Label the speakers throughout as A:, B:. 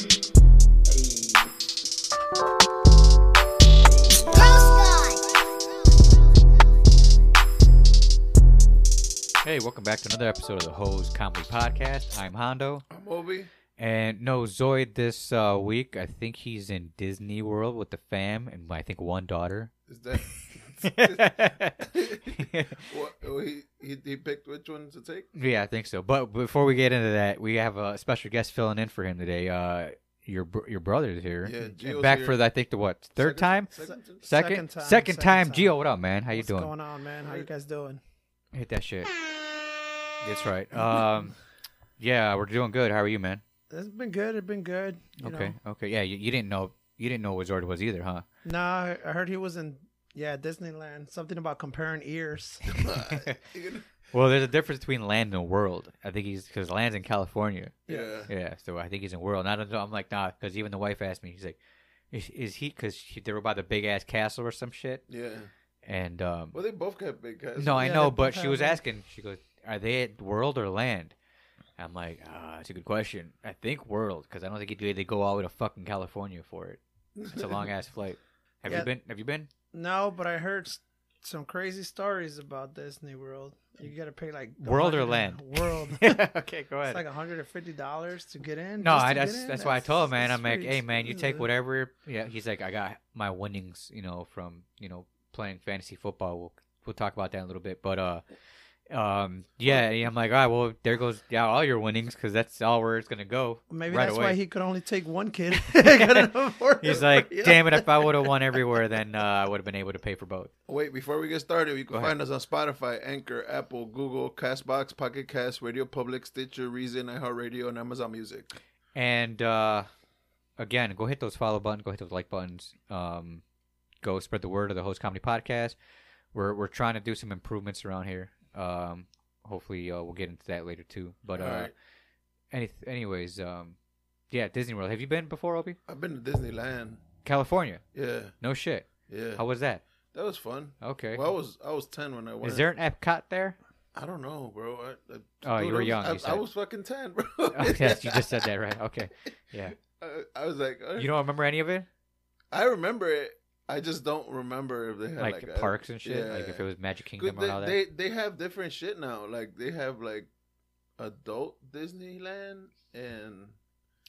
A: bleep.
B: Hey, welcome back to another episode of the Hose Comedy Podcast. I'm Hondo,
A: I'm Obi.
B: and no Zoid this uh, week. I think he's in Disney World with the fam, and I think one daughter.
A: Is that
B: yeah,
A: what oh, he, he he picked which one to take?
B: I think so. But before we get into that, we have a special guest filling in for him today. Uh, your br- your brother's here,
A: Yeah,
B: And
A: Gio's
B: back
A: here.
B: for the, I think the what third
A: Second-
B: time,
A: second time?
B: second
C: Second time, second
B: second time.
C: time.
B: Gio, what up, man? How you
C: What's
B: doing?
C: going on, man? How you guys doing?
B: Hit that shit. That's right. Um, yeah, we're doing good. How are you, man?
C: It's been good. It's been good. You
B: okay. Okay. Yeah, you, you didn't know you didn't know what Zord was either, huh?
C: Know. Nah, I- I heard he was in yeah Disneyland. Something about comparing ears.
A: You gonna-
B: Well, there's a difference between land and world. I think he's because land's in California.
A: yeah.
B: Yeah, so I think he's in world. And I don't know. I'm like nah, because even the wife asked me. He's like, is, is he? Because they were by the big ass castle or some shit.
A: Yeah.
B: And um,
A: Well, they both got big guys.
B: no, I
C: yeah,
B: know,
C: they
B: but
C: both
B: she was
C: have it.
B: asking. She goes, "Are they at world or land?" I'm like, ah, that's a good question. I think world because I don't think they they go all the way to fucking California for it. It's a long ass flight. Have you
C: Yeah.
B: been? Have you been?
C: no, but I heard s- some crazy stories about Disney World. You gotta pay like a
B: World or
C: hundred-
B: land?
C: World.
B: okay, go ahead.
C: It's like hundred and fifty dollars to get in.
B: No,
C: just
B: I,
C: to get
B: that's
C: in?
B: that's why I told him, man.
C: that's
B: I'm like,
C: pretty
B: hey, man, you take
C: expensive.
B: whatever. Yeah, he's like, I got my winnings, you know, from you know playing fantasy football. We'll we'll talk about that in a little bit, but uh, um, yeah, yeah, I'm like, all right, well, there goes yeah, all your winnings because that's all where it's gonna go.
C: Maybe
B: right
C: that's
B: away.
C: why he could only take one kid. Couldn't afford
B: He's
C: it.
B: like,
C: Yeah.
B: damn it! If I would have won everywhere, then uh, I would have been able to pay for both.
A: Wait, before we get started, you can
B: Go ahead.
A: find us on Spotify, Anchor, Apple, Google, Castbox, Pocket Cast, Radio Public, Stitcher, Reason, iHeartRadio, and Amazon Music.
B: And uh, again, go hit those follow button, go hit those like buttons. Um, go spread the word of the host comedy podcast. We're we're trying to do some improvements around here. Um, hopefully uh, we'll get into that later too. But uh,
A: All right.
B: any anyways, um, yeah, Disney World. Have you been before, Obi?
A: I've been to Disneyland.
B: California?
A: Yeah,
B: No shit.
A: yeah.
B: How was that?
A: That was fun.
B: Okay.
A: Well, I was I was ten when I went.
B: Is there an Epcot there?
A: I don't know, bro. I, I,
B: Oh, you
A: dude,
B: were
A: I was-
B: young,
A: I,
B: you said.
A: I was fucking ten, bro.
B: Oh, yes, you just said that, right? Okay. Yeah.
A: I, I was like, uh,
B: You don't remember any of it,
A: I remember it. I just don't remember if they had
B: like,
A: like,
B: the
A: a-
B: parks and shit, like
A: yeah.
B: if it was Magic
A: Good,
B: Kingdom
A: they,
B: or all that.
A: they they have different shit now. Like they have like adult Disneyland and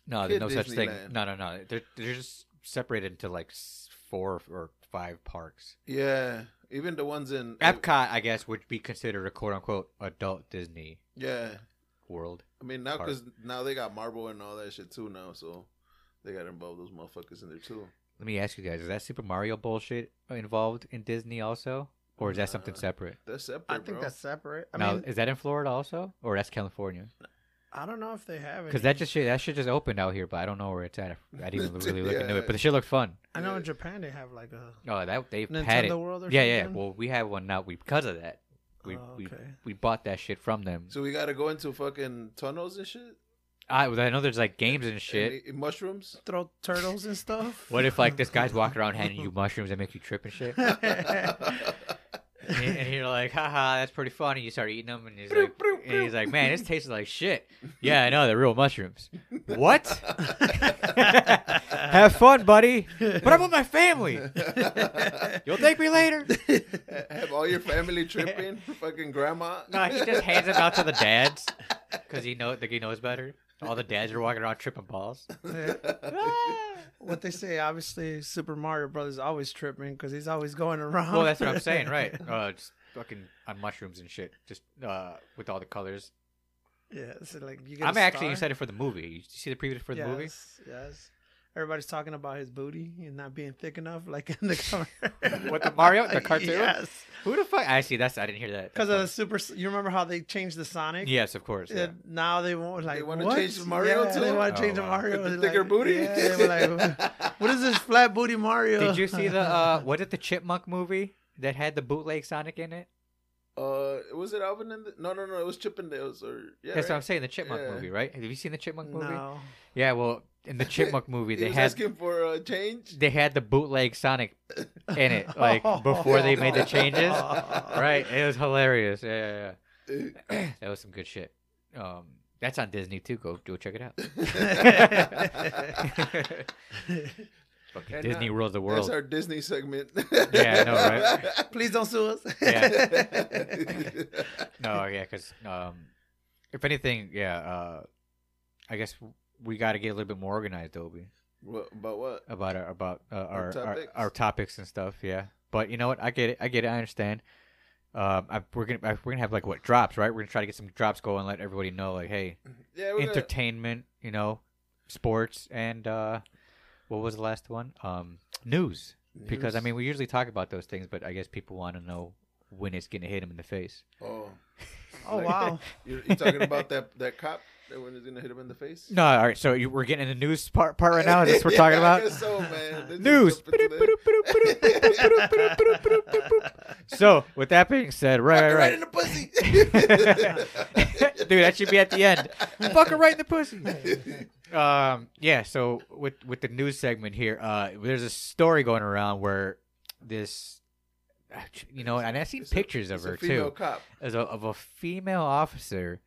B: No, there's
A: Kid
B: no such thing.
A: Disneyland.
B: No, no, no. They're they're just separated into like s- four or five parks.
A: yeah, even the ones in
B: Epcot, I guess, would be considered a quote unquote adult Disney
A: Yeah,
B: world.
A: I mean now
B: Park.
A: because now they got Marvel and all that shit too now, so they got to involve those motherfuckers in there too.
B: Let me ask you guys: Is that Super Mario bullshit involved in Disney also, or is that something
A: Nah.
B: separate?
A: That's separate.
C: I think
A: bro.
C: that's separate. I
B: now,
C: mean,
B: is that in Florida also, or that's California?
C: I don't know if they have it.
B: Because that just shit, that shit just opened out here, but I don't know where it's at. I didn't even really look into
A: Yeah.
B: it, but the shit looked fun.
C: I know in
A: Yeah.
C: Japan they have like a
B: Oh, that they've had it.
C: Nintendo World or
B: yeah, yeah.
C: something?
B: Well, we have one now because of that. We,
C: Oh,
B: we
C: okay.
B: we bought that shit from them.
A: So we got to go into fucking tunnels and shit.
B: I, I know there's like games and shit.
A: And, and mushrooms.
C: throw turtles and stuff.
B: What if like this guy's walking around handing you mushrooms that make you trip and shit? And, and you're like, haha, that's pretty funny. You start eating them, and he's like, and he's like, man, this tastes like shit. Yeah, I know they're real mushrooms. What? Have fun, buddy. But I'm with my family. You'll thank me later.
A: Have all your family tripping, fucking grandma.
B: No, he just hands them out to the dads because he know think he knows better. All the dads are walking around tripping balls. Ah.
C: what they say? Obviously, Super Mario Brothers always tripping because he's always going around.
B: Well, that's what I'm saying, right? Uh, just fucking on mushrooms and shit, just uh, with all the colors.
C: yeah, so like you get.
B: I'm
C: a
B: actually
C: star.
B: excited for the movie. You see the preview for the
C: yes,
B: movie?
C: Yes. Everybody's talking about his booty and not being thick enough, like in the cover.
B: What, the Mario- the cartoon?
C: Yes,
B: Who the fuck? I see. That's I didn't hear that.
C: because of the
B: That's
C: super. You remember how they changed the Sonic?
B: fun. yes, of course. Yeah.
C: And now they won't like.
A: wanna
C: what?
A: change the Mario
C: yeah,
A: to
C: They
A: it?
C: want
B: Oh,
C: to change the
B: wow.
C: Mario.
A: With the
C: They're
A: thicker
C: like-
A: booty?
C: Yeah, they were like, what is this flat booty Mario?
B: Did you see the uh, was it the Chipmunk movie that had the bootleg Sonic in it?
A: Uh, was it Alvin and the... no, no, no, it was Chippendales or yeah.
B: That's what I'm
A: right?
B: saying. The Chipmunk
A: Yeah.
B: movie, right? Have you seen the Chipmunk movie?
C: No.
B: Yeah. Well, in the Chipmunk movie,
A: He
B: they
A: was
B: had
A: asking for a change.
B: they had the bootleg Sonic in it, like before they made the changes. Right. It was hilarious. Yeah, yeah, yeah. That was some good shit. Um, That's on Disney too. Go go check it out. Fucking
C: uh,
A: And
B: Disney rules the
A: That's
B: world.
A: our Disney segment.
B: Yeah, I know, right?
C: Please don't sue us.
A: Yeah.
B: no, yeah, because um, if anything, yeah, uh, I guess we got to get a little bit more organized, Obi,
A: What, about what?
B: about our about uh, our, our,
A: topics.
B: our topics and stuff. Yeah, but you know what? I get it. I get it. I understand. Um, I, we're gonna I, we're gonna have like what drops, right? We're gonna try to get some drops going, let everybody know, like, hey,
A: Yeah, we're gonna,
B: entertainment, you know, sports, and uh, what was the last one? Um, news. Because I
A: News.
B: mean, we usually talk about those things, but I guess people want to know when it's gonna hit them in the face.
A: oh,
C: oh wow.
A: you're, you're talking about that that cop that one is gonna hit him in the face.
B: No, all right. So you, we're getting in the news part, part right now. Is this we're talking
A: Yeah, I
B: about
A: guess so, man. Let's
B: news.
A: just jump into that.
B: so with that being said, right,
A: Fucking
B: right,
A: Right
B: right.
A: in the pussy.
B: Dude, that should be at the end. Fuck her right in the pussy. Um, yeah. So with with the news segment here, uh, there's a story going around where this, you know, and I seen
A: It's a-
B: pictures of
A: It's a
B: her
A: female
B: too,
A: cop.
B: as a, of a female officer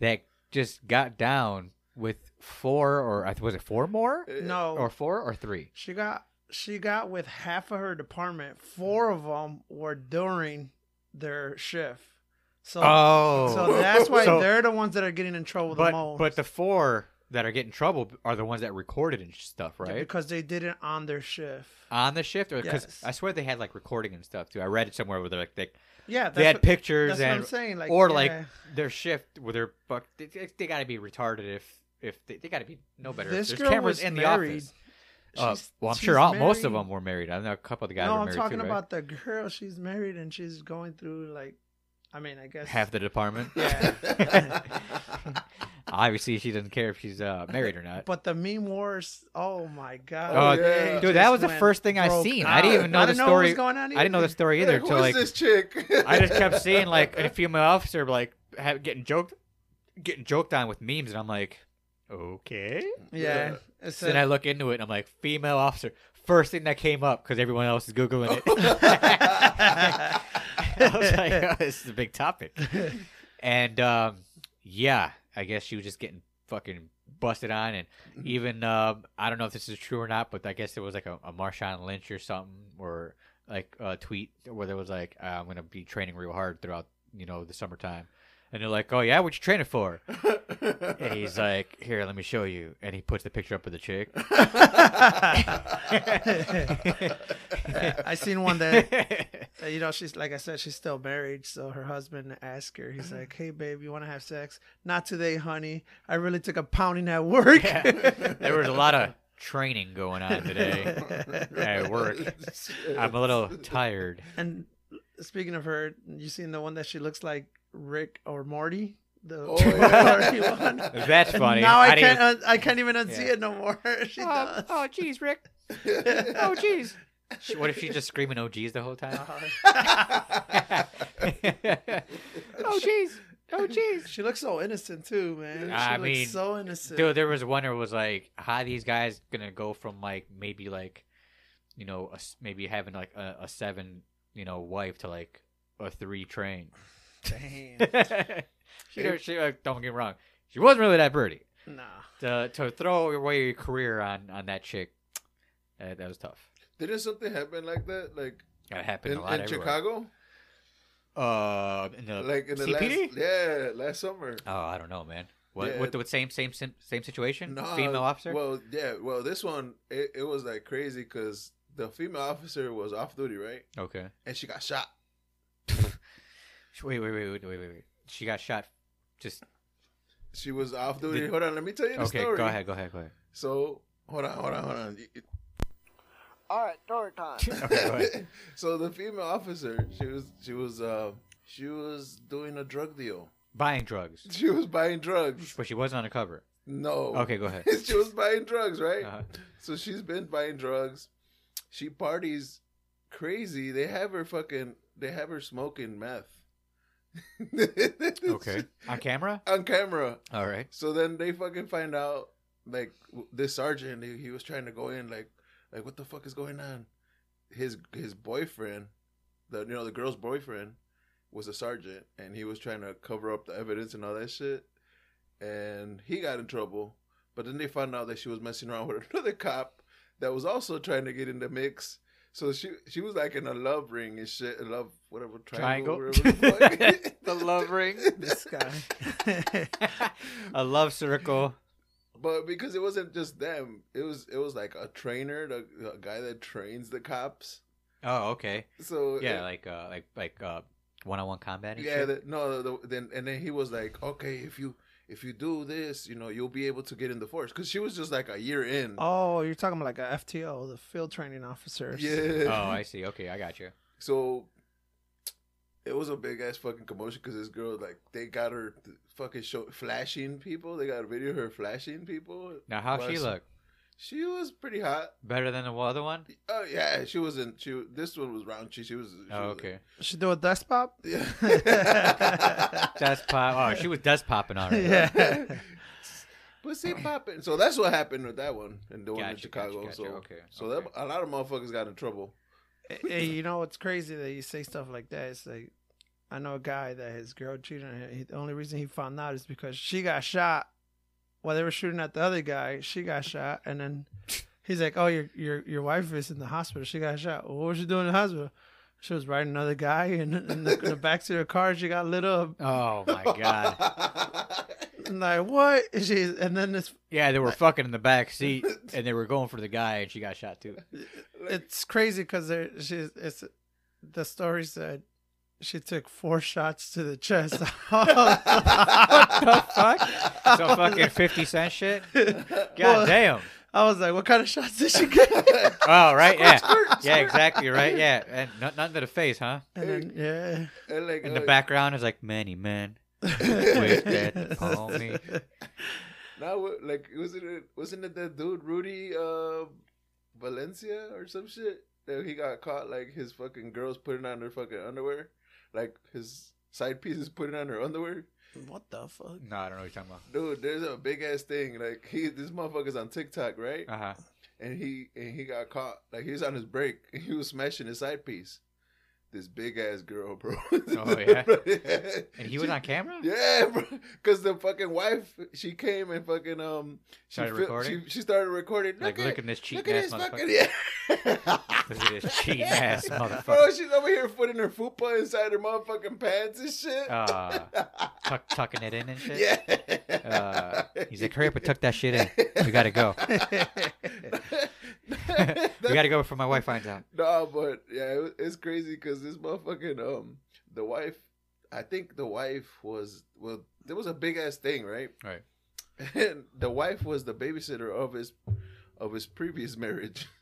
B: that just got down with four or I th- was it four more
C: No.
B: or four or three?
C: She got she got with half of her department. Four of them were during their shift. So
B: Oh,
C: so that's why
B: So-
C: they're the ones that are getting in trouble the
B: but
C: most.
B: but the four that are getting in trouble are the ones that recorded and stuff, right?
C: Because they did it on their shift.
B: on the shift, or because
C: Yes.
B: I swear they had like recording and stuff too. I read it somewhere where they're like they,
C: Yeah, that's
B: they had
C: what- that's
B: pictures
C: what
B: and
C: I'm saying. Like
B: or
C: yeah.
B: like their shift where they're fuck. They, they, they got to be retarded if if they, they got to be no better.
C: This
B: There's
C: girl
B: cameras
C: was
B: in the
C: married.
B: office. Uh,
C: She's-
B: well, I'm
C: she's
B: sure all, most of
C: married.
B: them were married. I know a couple of the guys
C: No,
B: were
C: I'm
B: married
C: talking
B: too,
C: about the girl. She's married and she's going through like, I mean, I guess
B: right? half the department.
C: Yeah.
B: Obviously, she doesn't care if she's uh, married or not.
C: But the meme wars. Oh my god,
A: Oh,
B: Uh,
A: yeah.
C: They
B: Dude, that
C: just
B: was the
C: went
B: first thing I
C: broke
B: seen. I didn't
C: out.
B: even know
C: I
B: the
C: didn't what was
B: story.
C: going on
B: I didn't know the
C: either.
B: story either
A: Like, who
B: until
A: is
B: like
A: this chick?
B: I just kept seeing like a female officer like ha getting joked, getting joked on with memes, and I'm like, okay.
C: Yeah,
A: Yeah.
C: It's
B: So then
C: a-
B: I look into it, and I'm like, female officer. First thing that came up because everyone else is googling it. I was like, oh, this is a big topic, and um, yeah, I guess she was just getting fucking busted on, and
C: Mm-hmm.
B: even um, I don't know if this is true or not, but I guess there was like a, a Marshawn Lynch or something, or like a tweet where there was like, uh, I'm gonna be training real hard throughout, you know, the summertime. And they're like, "Oh yeah, what you training for?" And he's uh, like, "Here, let me show you." And he puts the picture up of the chick.
C: I seen one that uh, you know she's like I said she's still married, so her husband asked her. He's like, "Hey babe, you want to have sex? Not today, honey. I really took a pounding at work."
B: there was a lot of training going on today. At work. I'm a little tired.
C: and speaking of her, you seen the one that she looks like Rick or Morty? The
A: Oh, yeah.
C: Morty one.
B: That's
C: And
B: funny.
C: Now I,
B: didn't
C: can't. un- I can't even unsee
B: Yeah.
C: it no more. she does.
B: oh, jeez, Rick. Oh, jeez. She- What if she's just screaming "Oh, jeez" the whole time?
C: Uh-huh.
B: oh, jeez. Oh, jeez.
C: She looks so innocent too, man. She
B: I
C: looks
B: mean,
C: so innocent.
B: Dude, there was one where it was like, how these guys gonna go from like maybe like, you know, a s maybe having like a, a seven, you know, wife to like a three train.
C: Damn.
B: she, never- she like, don't get me wrong, she wasn't really that pretty.
C: nah.
B: To to throw away your career on on that chick, that, that was tough.
A: Didn't something happen like that, like
B: That happened
A: in,
B: a lot
A: in
B: everywhere.
A: Chicago,
B: Uh, in the,
A: like in the
B: CPD?
A: last yeah last summer?
B: Oh, I don't know, man. What
A: Yeah.
B: what the what same same sim- same situation?
A: No,
B: Female officer.
A: Well, yeah. Well, this one it, it was like crazy because the female officer was off duty, right?
B: okay.
A: And she got shot.
B: Wait, wait, wait, wait, wait, wait, wait. She got shot. Just
A: She was off duty.
B: Did-
A: hold on, let me tell you the
B: okay.
A: story.
B: Go ahead. Go ahead. Go ahead.
A: So hold on, hold on, hold on. You-
D: All right, story time.
B: Okay, go ahead.
A: so the female officer, she was she was uh she was doing a drug deal.
B: Buying drugs,
A: She was buying drugs.
B: but she wasn't undercover.
A: No.
B: Okay, go ahead.
A: she was buying drugs, right?
B: Uh-huh.
A: So she's been buying drugs. She parties crazy. They have her fucking they have her smoking meth.
B: Okay. On camera.
A: On camera.
B: All right.
A: So then they fucking find out like w- this sergeant he, he was trying to go in like like what the fuck is going on? His his boyfriend, the you know the girl's boyfriend was a sergeant and he was trying to cover up the evidence and all that shit. and he got in trouble. But then they found out that she was messing around with another cop that was also trying to get in the mix. So she she was like in a love ring and shit, a love whatever triangle,
B: Triangle.
A: whatever the fuck.
B: The love ring.
C: This guy.
B: a love circle.
A: But because it wasn't just them, it was it was like a trainer, the a guy that trains the cops.
B: Oh, okay.
A: So
B: Yeah,
A: it-
B: like uh, like like uh, one-on-one combat. And
A: yeah,
B: shit?
A: the, no, the, then and then he was like, okay, if you if you do this, you know, you'll be able to get in the force because she was just like a year in.
C: oh, you're talking about like a FTO, the field training officer.
A: yeah.
B: Oh, I see. Okay, I got you.
A: So it was a big ass fucking commotion because this girl like they got her th- fucking show flashing people. They got a video of her flashing people.
B: Now, how she
A: Was-
B: look?
A: She was pretty hot.
B: Better than the other one?
A: Oh yeah, she wasn't. She this one was raunchy. She was. She
B: Oh,
A: was-
B: okay.
C: Should do a desk pop.
A: Yeah.
B: Dust pop. Oh, she was dust popping on her.
C: yeah.
A: Pussy popping. So that's what happened with that one and the one in
B: Gotcha, gotcha,
A: Chicago.
B: gotcha.
A: So,
B: Okay,
A: so
B: okay.
A: that a lot of motherfuckers got in trouble.
C: hey, you know what's crazy that you say stuff like that? It's like I know a guy that his girl cheated on him. He- The only reason he found out is because she got shot while they were shooting at the other guy. She got shot, and then he's like, "Oh, your your your wife is in the hospital. She got shot. Well, what was she doing in the hospital? She was riding another guy, and in the, in the backseat of the car, she got lit up.
B: Oh my god.
C: I'm like, what? And, she, and then this,
B: Yeah, they were fucking in the back seat, and they were going for the guy, and she got shot too.
C: it's crazy because she's it's the story said she took four shots to the chest.
B: Fuck. So fucking fifty cent shit. God
C: Well-
B: damn.
C: I was like, what kind of shots did she get?
B: Oh right, yeah,
C: squirt,
B: yeah,
C: squirt.
B: exactly right, yeah, and not nothing to the face, huh?
C: and then, yeah.
A: And like,
B: In the
A: uh,
B: background is like many men with that on me.
A: Now, what- like, wasn't it wasn't it that dude Rudy uh, Valencia or some shit that he got caught like his fucking girls putting on their fucking underwear, like his side piece is putting on her underwear.
C: What the fuck?
B: No, I don't know what you're talking
A: Dude, there's a big ass thing like he this motherfucker's on TikTok right,
B: about. Uh huh.
A: and he and he got caught like he was on his break and he was smashing his side piece. This big ass girl, bro.
B: Oh, yeah? And he was
A: She-
B: on camera.
A: yeah, bro. Because the fucking wife, she came and fucking um, she
B: Started
A: fil-
B: recording?
A: She, she started recording. Look
B: Like,
A: at,
B: look at this cheating
A: look at
B: ass
A: this fucking
B: motherfucker.
A: yeah.
B: Look at this cheating ass
A: Bro,
B: motherfucker.
A: she's over here putting her fupa inside her motherfucking pants and shit.
B: Uh, tuck, tucking it in and shit.
A: Oh, yeah.
B: Uh, he's like, hurry up and tuck that shit in. We gotta go. we gotta go before my wife finds out.
A: No, but yeah, it, it's crazy because this motherfucking um, the wife, I think the wife was well, there was a big ass thing, right?
B: Right.
A: And the wife was the babysitter of his, of his previous marriage.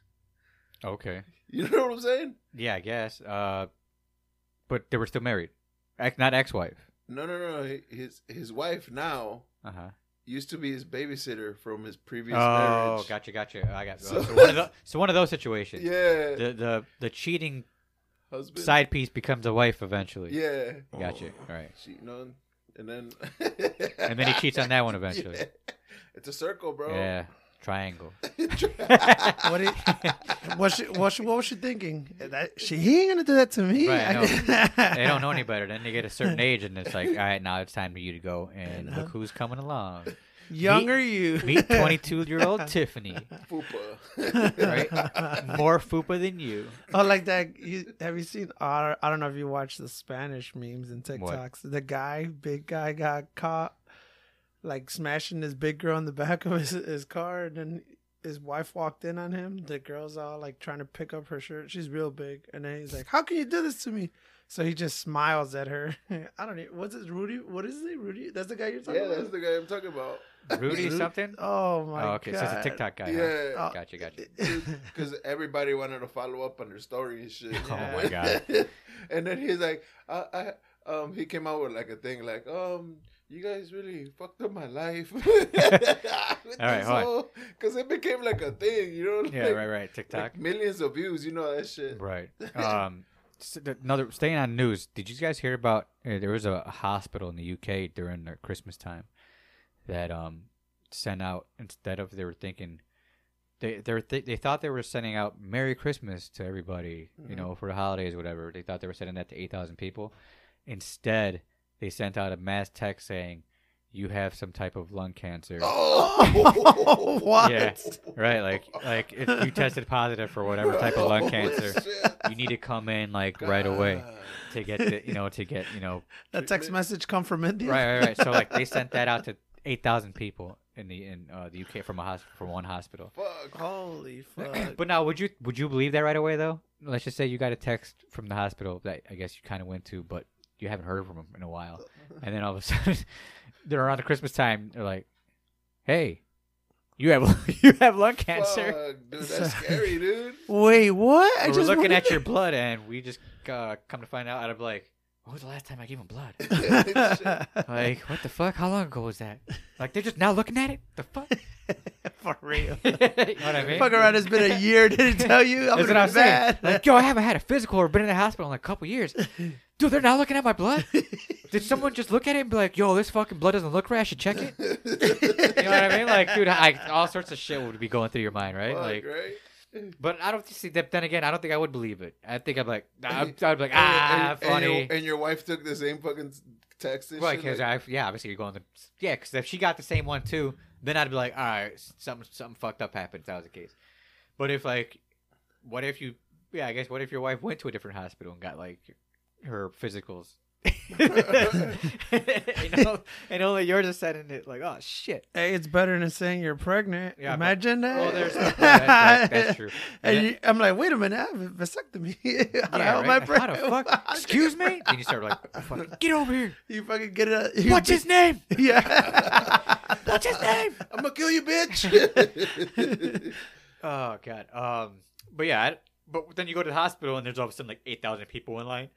B: Okay.
A: You know what I'm saying?
B: Yeah, I guess. Uh, but they were still married. Ex- not ex-wife.
A: No, no, no. he- His his wife now
B: Uh huh.
A: used to be his babysitter from his previous
B: Oh,
A: marriage.
B: gotcha, gotcha. I got so,
A: So-
B: one of tho- so one of those situations.
A: Yeah,
B: The the the cheating
A: husband.
B: side piece becomes a wife eventually.
A: Yeah,
B: Gotcha. All right.
A: she, you know, and then
B: And then he cheats on that one eventually.
A: Yeah. It's a circle, bro.
B: Yeah. Triangle.
C: What, did, what, she, what, she, what was she thinking? That, she he ain't going to do that to me.
B: Right, I
C: I-
B: They don't know any better. Then they get a certain age, and it's like, all right, now it's time for you to go. And look who's coming along.
C: Younger you.
B: Meet 22 year old Tiffany,
A: Fupa.
B: right? More fupa than you.
C: Oh, like that. You, have you seen? I don't- I don't know if you watch the Spanish memes and TikToks. The guy, big guy, got caught like smashing this big girl in the back of his, his car, and then his wife walked in on him. The girl's all like trying to pick up her shirt. She's real big, and then he's like, "How can you do this to me?" So he just smiles at her. I don't. Even, what's his Rudy? What is it, Rudy? That's the guy you're talking
A: yeah,
C: about.
A: that's the guy I'm talking about.
B: Rudy something?
C: oh my
B: Oh, okay.
C: god.
B: So it's a TikTok guy. huh?
A: Yeah.
C: Oh.
B: Gotcha, gotcha.
A: Because everybody wanted to follow up on their story and shit.
B: Oh my God.
A: and then he's like, I, I, um, he came out with like a thing like, um, you guys really fucked up my life.
B: All right, hold on.
A: Because it became like a thing, you know? Like,
B: Yeah, right, right. TikTok.
A: Like millions of views, you know that shit.
B: Right. Um, s- th- another staying on news. Did you guys hear about? Uh, there was a hospital in the UK during their Christmas time that um sent out instead of they were thinking they they were th- they thought they were sending out Merry Christmas to everybody, you know, for the holidays, or whatever. They thought they were sending that to eight thousand people. Instead, they sent out a mass text saying, you have some type of lung cancer.
A: Oh,
C: What?
B: Yeah, right. Like like if you tested positive for whatever type of lung
A: Holy
B: cancer,
A: shit.
B: you need to come in like right away to get the, you know to get you know
C: That text message come from India.
B: right right right. So like they sent that out to eight thousand people in the in uh, the UK from a hospital from one hospital.
A: Fuck.
C: Holy fuck.
B: But now, would you would you believe that right away though? Let's just say you got a text from the hospital that I guess you kind of went to, but you haven't heard from them in a while,
C: Uh-huh.
B: and then all of a sudden, they're around the Christmas time. They're like, "Hey, you have you have lung cancer.
A: Fuck, dude, that's scary, dude.
C: Wait, what? uh, I
B: We're
C: just
B: looking
C: wondered-
B: at your blood, and we just uh, come to find out out of like, when was the last time I gave him blood? like, what the fuck? How long ago was that? Like, they're just now looking at it. The fuck?
C: For real.
B: you know what I mean?
C: Fuck around. It's been a year. Did it tell you? I'm
B: That's what
C: gonna
B: I'm
C: be
B: saying.
C: mad.
B: Like, yo, I haven't had a physical or been in the hospital in a couple years. Dude, they're not looking at my blood. Did someone just look at it and be like, yo, this fucking blood doesn't look right. I should check it. You know what I mean? Like, dude, I, all sorts of shit would be going through your mind, right?
A: Fuck,
B: like,
A: right?
B: but I don't see that. Then again, I don't think I would believe it. I think I'm like, I'm, I'd be like, ah,
A: and, and- and
B: funny.
A: your, and your wife took the same fucking text and
B: Right,
A: shit,
B: because
A: like,
B: I yeah, obviously you're going to yeah, because if she got the same one too, then I'd be like, all right, something something fucked up happened. If that was the case. But if like, what if you yeah, I guess what if your wife went to a different hospital and got like her physicals, you know, and only yours is sending it like, oh shit.
C: Hey, it's better than saying you're pregnant.
B: Yeah, but-
C: Imagine that.
B: Oh, there's that, that, that's true.
C: And
B: then-
C: you, I'm like, wait a minute, I have a vasectomy. How
B: yeah,
C: am
B: right?
C: I
B: How the
C: pregnant?
B: fuck? Excuse me. Then you start like, fucking, get over here.
C: You fucking get it. You
B: What's his name?
C: Yeah.
B: What's his name?
A: I'm gonna kill you, bitch.
B: Oh god. Um. But yeah. I- But then you go to the hospital and there's all of a sudden like eight thousand people in line.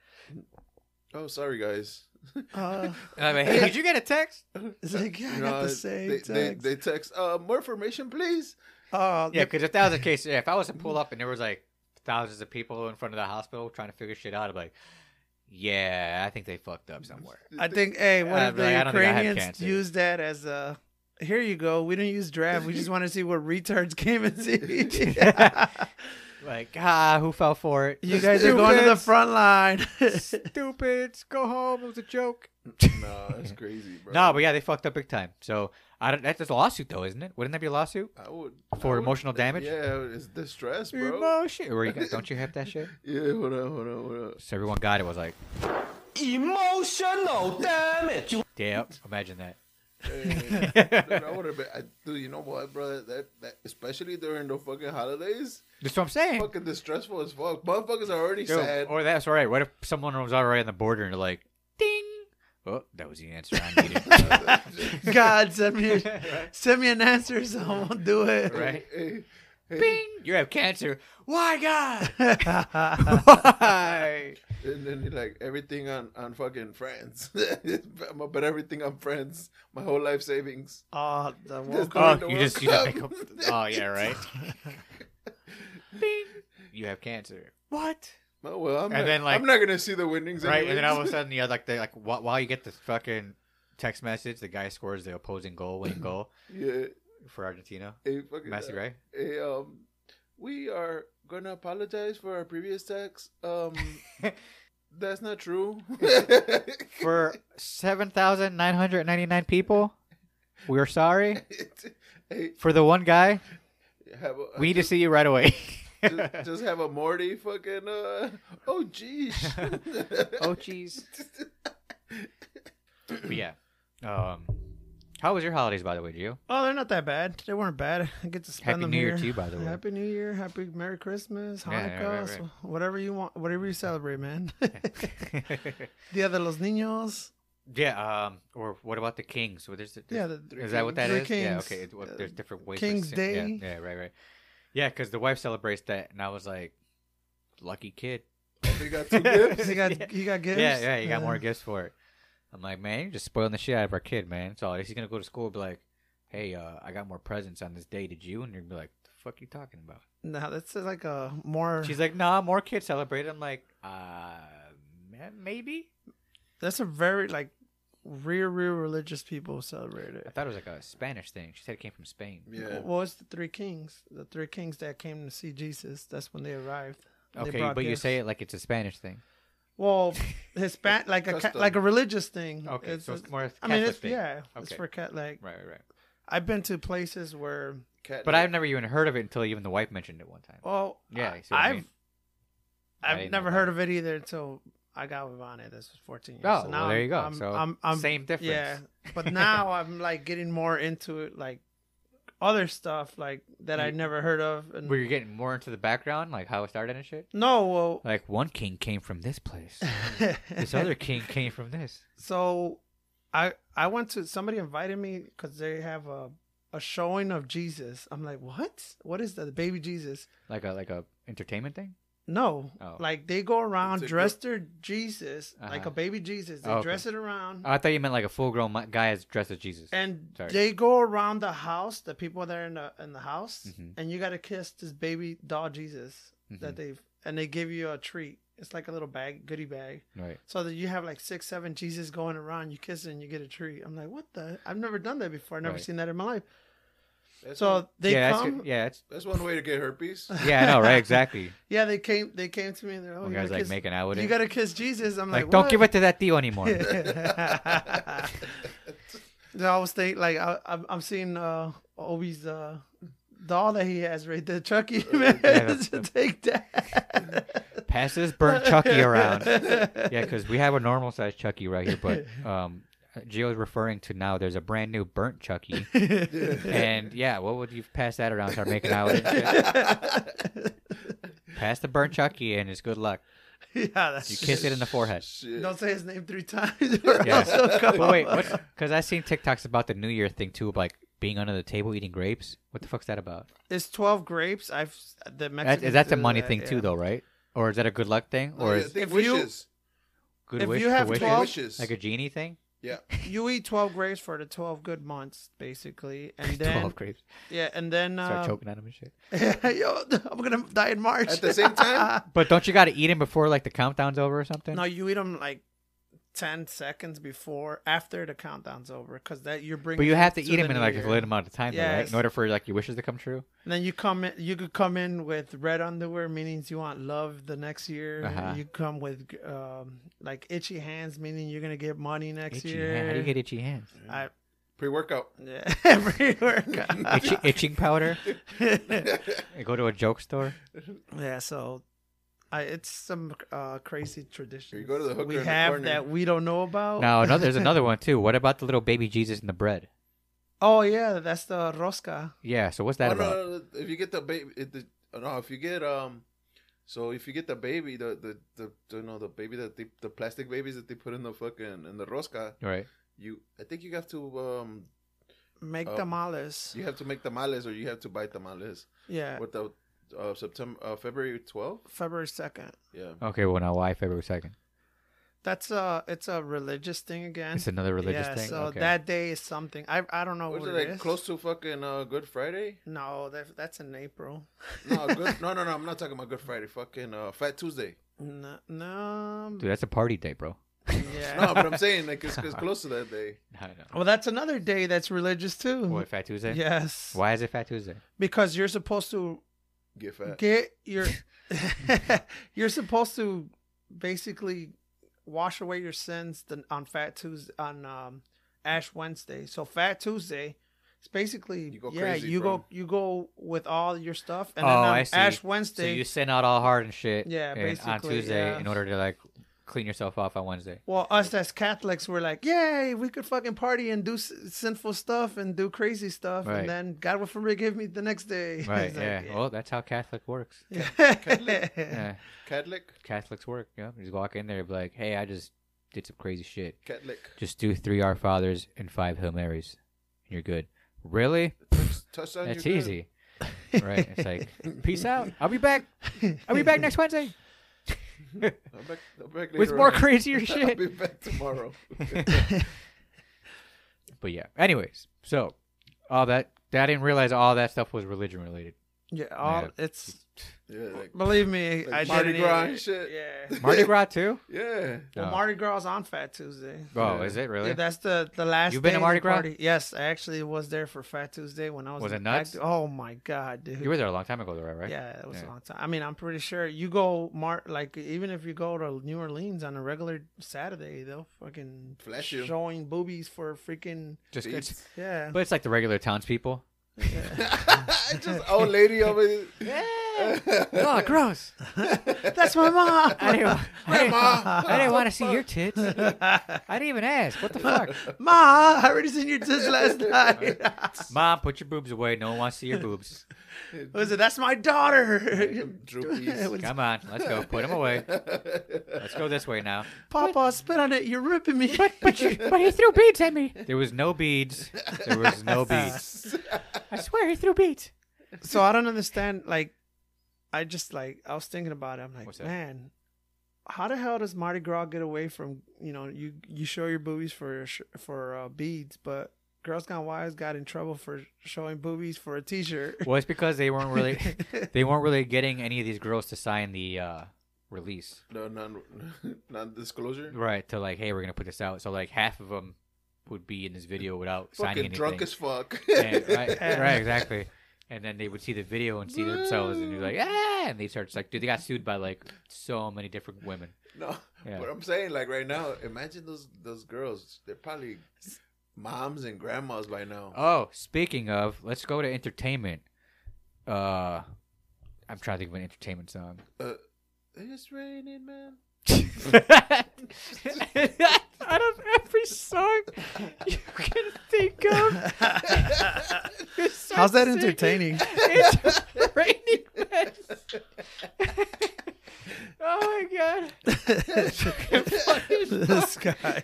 A: oh, sorry, guys.
C: Uh,
B: And I'm like, hey, did you get a text?
C: it's like, yeah, I
A: You
C: got
A: know,
C: the same
A: they, they-
C: text.
A: They, text, uh, more information, please.
C: oh,
B: Yeah,
C: the-
B: because if that was the case, yeah, if I was to pull up and there was like thousands of people in front of the hospital trying to figure shit out, I'm like, yeah, I think they fucked up somewhere.
C: I think, hey, what
B: Uh,
C: if the
B: like, I don't think I had
C: Ukrainians
B: cancer.
C: used that as a. Here you go. We didn't use draft. We just want to see what retards came and see.
B: Like, ah, who fell for it?
C: You guys are going to the front line.
B: Stupids, go home. It was a joke.
A: no, that's crazy, bro.
B: No, but yeah, they fucked up big time. So I don't. That's a lawsuit though, isn't it? Wouldn't that be a lawsuit
A: I would
B: for
A: I would-
B: emotional damage?
A: Yeah, it's distress, bro.
B: Emotion. Or you got- don't you have that shit?
A: Yeah, hold on, hold on, hold on.
B: So everyone got it. Was like,
E: Emotional damage.
B: yeah, imagine that.
A: Hey, dude, I would have been, I, dude. You know what, brother? That, that especially during the fucking holidays,
B: That's what I'm saying.
A: fucking distressful as fuck. Motherfuckers are already
B: Yo,
A: sad.
B: Or that's all right. What if someone was already on the border and they're like, ding? Oh, that was the answer I needed.
C: God, send me, a- send me an answer so I won't do it.
B: right?
A: Hey,
B: Bing! You have cancer. Why, God? Why?
A: and then you're like everything on on fucking France, but everything on France, my whole life savings.
C: Oh, the
A: Just
C: World Cup.
A: during the
B: Oh, you
A: World
B: just you just
A: Cup.
B: make up. Oh yeah, right. Bing! You have cancer. What?
A: Oh well, I'm
B: And
A: not,
B: then, like-
A: I'm not gonna see the winnings,
B: Right, and then all of a
A: anyways.
B: sudden, yeah, like they like wh- while you get this fucking text message, the guy scores the opposing goal, winning goal
A: yeah,
B: for Argentina.
A: hey, fucking, uh,
B: Messi, right?
A: hey, um, we are gonna apologize for our previous text. Um, that's not true.
B: for 7,999 people. We're sorry.
A: hey,
B: For the one guy,
A: have a,
B: we need to see you right away.
A: just, just have a Morty fucking. Uh, oh, jeez.
B: oh, jeez. But yeah. Um, how was your holidays, by the way, Gio?
C: Oh, they're not that bad. They weren't bad. I get to spend
B: Happy
C: them
B: New
C: here.
B: Year to you, by the way.
C: Happy New Year. Happy Merry Christmas, Hanukkah,
B: Yeah, yeah, right, right.
C: wh- whatever you want, whatever you celebrate, man. Dia de los Niños.
B: yeah. Um, or what about the Kings? Well, there's, there's,
C: Yeah, the three
B: is that what that
C: Three
B: is? Yeah.
C: Kings. Uh,
B: Okay. it- well, there's different ways. to
C: King's
B: say- yeah,
C: Day.
B: Yeah, Right. Right. Yeah, because the wife celebrates that, and I was like, lucky kid.
A: we got two gifts.
C: You got you got gifts.
B: Yeah, yeah, you got more gifts for it. I'm like, man, you're just spoiling the shit out of our kid, man. So he's gonna go to school and be like, hey, uh, I got more presents on this day. Did you? And you're gonna be like, the fuck you talking about?
C: No, that's uh, like a more.
B: She's like, nah, more kids celebrate. I'm like, uh, ma- maybe.
C: That's a very like real, real religious people celebrate
B: I
C: it.
B: thought it was like a Spanish thing. She said it came from Spain.
A: Yeah.
C: Well, it's the three kings. The three kings that came to see Jesus. That's when they arrived. They
B: Okay,
C: brought
B: but you
C: gifts.
B: say it like it's a Spanish thing.
C: Well, Hispan like a ca-
A: Custom.
C: like a religious thing.
B: Okay,
C: It's-
B: so it's more.
C: I mean,
B: Catholic
C: it's
B: thing.
C: yeah, it's
B: Okay.
C: for cat. Like
B: Right, right, right.
C: I've been to places where,
A: Cat
B: But I've never even heard of it until even the wife mentioned it one time.
C: well,
B: Yeah,
C: I-
B: you see what I
C: I've
B: mean? I
C: I've
B: didn't know
C: never
B: that.
C: heard of it either until I got with Vane. This was 14 years.
B: Oh,
C: So
B: well, there you go.
C: I'm,
B: so
C: I'm, I'm,
B: same difference.
C: Yeah, but now I'm like getting more into it, like other stuff like that I
B: You-
C: never heard of. And
B: where you're getting more into the background, like how it started and shit.
C: no, well,
B: Like one king came from this place. this other king came from this.
C: so I I went to somebody invited me because they have a a showing of Jesus. I'm like, what? What is that? The baby Jesus?
B: Like a like a entertainment thing.
C: No,
B: Oh.
C: like they go around
A: It's a
C: dress their Jesus like
B: Uh-huh.
C: a baby Jesus. They
B: Okay.
C: dress it around.
B: Oh, I thought you meant like a full grown guy is dressed as Jesus.
C: and
B: Sorry.
C: they go around the house, the people that are in the in the house,
B: Mhm.
C: and you gotta kiss this baby doll Jesus that
B: Mhm.
C: they've and they give you a treat. It's like a little bag, goodie bag.
B: right.
C: So that you have like six, seven Jesus going around, you kiss it and you get a treat. I'm like, what the? I've never done that before. I've never
B: Right.
C: seen that in my life.
A: That's
C: So
A: one-
C: they
B: yeah, that's
C: come,
B: good. yeah, it's,
A: that's one way to get herpes.
B: yeah, I know, right? Exactly.
C: yeah, they came, they came to me and they're oh,
B: One
C: you
B: guy's
C: gotta,
B: like
C: kiss,
B: making out with
C: you
B: it.
C: gotta kiss Jesus. I'm
B: like,
C: like,
B: don't
C: what?
B: give it to that Theo anymore.
C: No, I was thinking like I, I'm, I'm seeing uh, Obi's uh, doll that he has right there, Chucky. Man,
B: Yeah, that's-
C: to take that.
B: Pass this burnt Chucky around. Yeah, because we have a normal size Chucky right here, but um, Gio is referring to now. There's a brand new burnt Chucky, and yeah, what would you pass that around? Start making out with it. and shit? Pass the burnt Chucky, and it's good luck.
C: yeah, that's
B: You kiss it in the forehead.
A: Shit.
C: Don't say his name three times. Or
B: Yeah.
C: else he'll come
B: But wait,
C: up.
B: what's Because I've seen TikToks about the New Year thing too, of, like being under the table eating grapes. What the fuck's that about?
C: It's twelve grapes. I've the
B: That,
C: Mexicans
B: is that the
C: do
B: money
C: that,
B: thing
C: yeah.
B: too, though, right? Or is that a good luck thing,
A: No,
B: or
A: Oh, yeah,
B: is
A: think
C: If you-
A: wishes.
B: good
C: if
B: wish
C: you
B: for
C: have
A: Think
B: wishes?
C: 12
A: wishes.
B: like a genie thing?
A: yeah.
C: You eat twelve grapes for the twelve good months, basically, and then
B: Twelve grapes.
C: yeah, and then
B: Start
C: uh,
B: choking on them and shit.
C: yo, I'm gonna die in March
A: At the same time?
B: But don't you got to eat them before like the countdown's over or something?
C: No, you eat them like ten seconds before, after the countdown's over, because that you're bringing.
B: But you have to
C: it
B: eat
C: the
B: them in
C: new
B: like
C: year.
B: a limited amount of time, though, right?
C: Yes.
B: In order for like your wishes to come true.
C: And then you come in. You could come in with red underwear, meaning you want love the next year.
B: Uh-huh.
C: You come with um, like itchy hands, meaning you're gonna get money next
B: Itchy
C: year.
B: hand. How do you get itchy hands?
C: I,
A: Pre workout.
C: yeah, every workout.
B: Itchy, itching powder. You go to a joke store.
C: yeah, so. I, it's some uh, crazy tradition.
A: go to the hooker
C: we
A: in the
C: have
A: corner.
C: that we don't know about.
B: Now another, there's another one too. What about the little baby Jesus in the bread?
C: Oh yeah, that's the rosca.
B: Yeah. So what's that
A: Oh, no,
B: about?
A: no, no, if you get the baby, it, the, oh, no, if you get um, so if you get the baby, the the the you know the baby that they, the plastic babies that they put in the fucking in the rosca,
B: Right.
A: you I think you have to um
C: Make
A: Oh.
C: tamales.
A: you have to make tamales or you have to buy tamales
C: Yeah,
A: with the uh, September uh, February twelfth.
C: February second.
A: Yeah,
B: Okay. Well, now why February second?
C: That's a it's a religious thing again.
B: It's another religious
C: yeah,
B: thing.
C: so
B: okay.
C: that day is something I I don't know
A: was
C: what
A: it
C: it
A: like
C: is.
A: close to fucking uh, Good Friday?
C: No, that, that's in April.
A: No, good, no, no, no. I'm not talking about Good Friday. Fucking uh, Fat Tuesday.
C: No, no
B: Dude, that's a party day, bro.
C: yeah.
A: No, but I'm saying like it's, it's close to that day.
B: I know.
C: Well, that's another day that's religious too.
B: What Fat Tuesday?
C: Yes,
B: eh. Why is it Fat Tuesday?
C: because you're supposed to
A: Get fat.
C: get your you're supposed to basically wash away your sins the, on Fat Tuesday on um, Ash Wednesday. So Fat Tuesday, it's basically
A: You go
C: yeah
A: crazy,
C: you
A: bro.
C: go you go with all your stuff and
B: Oh,
C: then on
B: I see.
C: Ash
B: So
C: Wednesday.
B: you send out all hard and shit.
C: Yeah,
B: and on
C: basically,
B: Tuesday
C: yeah.
B: in order to like clean yourself off on Wednesday.
C: well, us as Catholics, we're like, yay, we could fucking party and do s- sinful stuff and do crazy stuff,
B: Right.
C: and then God will forgive me the next day. It's
B: Right.
C: like,
B: yeah. Well, that's how Catholic works.
C: yeah.
B: Yeah.
A: Catholic,
B: Catholics work. Yeah, just walk in there and be like, "Hey, I just did some crazy shit.
A: Catholic.
B: Just do three Our Fathers and five Hail Marys, and you're good." Really?
A: Touchdown.
B: That's
A: you're good.
B: easy, right? It's like, peace out. I'll be back. I'll be back next Wednesday
A: I'm back, I'm back
B: with
A: later
B: more
A: on.
B: crazier
A: I'll
B: shit.
A: be back tomorrow.
B: But yeah. Anyways, so all that that I didn't realize all that stuff was religion related.
C: Yeah, all
B: Yeah.
C: it's
A: Yeah, like
C: believe me,
A: Like
C: I did
A: Mardi
C: it.
A: Gras and shit.
C: Yeah.
B: Mardi Gras too?
A: yeah.
C: Well,
B: No.
C: Mardi Gras is on Fat Tuesday.
B: Oh,
A: Yeah.
B: is it really?
C: Yeah, that's the the last.
B: You've been
C: day
B: to
C: of
B: Mardi
C: the
B: Gras?
C: party. Yes, I actually was there for Fat Tuesday when I was.
B: Was
C: in
B: it nuts?
C: act- oh my god, dude.
B: you were there a long time ago, though, right? right?
C: Yeah, it was
B: Yeah.
C: a long time. I mean, I'm pretty sure you go Mar like even if you go to New Orleans on a regular Saturday, they'll fucking
A: Flash you.
C: showing boobies for freaking
B: Just it's,
C: yeah.
B: but it's like the regular townspeople.
C: yeah.
A: Just old lady over there.
B: oh, gross!
C: That's my mom.
B: I didn't, I didn't,
A: Ma.
B: I didn't want to see your tits. I didn't even ask. What the fuck?
C: Ma, I already seen your tits last night.
B: Mom, put your boobs away. No one wants to see your boobs.
C: was it? That's my daughter. It
A: Droopies.
C: was,
B: Come on, let's go. Put them away. Let's go this way now.
C: Papa, spit on it. You're ripping me.
B: but you, but he threw beads at me. There was no beads. There was no beads. I swear he threw beads.
C: so I don't understand. Like, I just like I was thinking about it. I'm
B: What's
C: like,
B: that?
C: man, how the hell does Mardi Gras get away from you know you you show your boobies for sh- for uh, beads, but Girls Gone Wild got in trouble for showing boobies for a T-shirt.
B: Well, it's because they weren't really they weren't really getting any of these girls to sign the uh, release.
A: No non non disclosure.
B: Right, to like, hey, we're gonna put this out. So like half of them would be in this video without signing
A: Fucking
B: anything.
A: drunk as fuck.
B: And- right, right, exactly. And then they would see the video and see themselves, and you're like, ah! And they start like, dude, they got sued by like so many different women.
A: No,
B: Yeah.
A: what I'm saying, like right now, imagine those those girls. They're probably moms and grandmas by now.
B: Oh, speaking of, let's go to entertainment. Uh, I'm trying to think of an entertainment song.
A: Uh, It's raining, man.
B: I don't every song you can think of. you start
C: How's that
B: singing.
C: entertaining?
B: It's raining men. oh my
C: this guy.
B: god.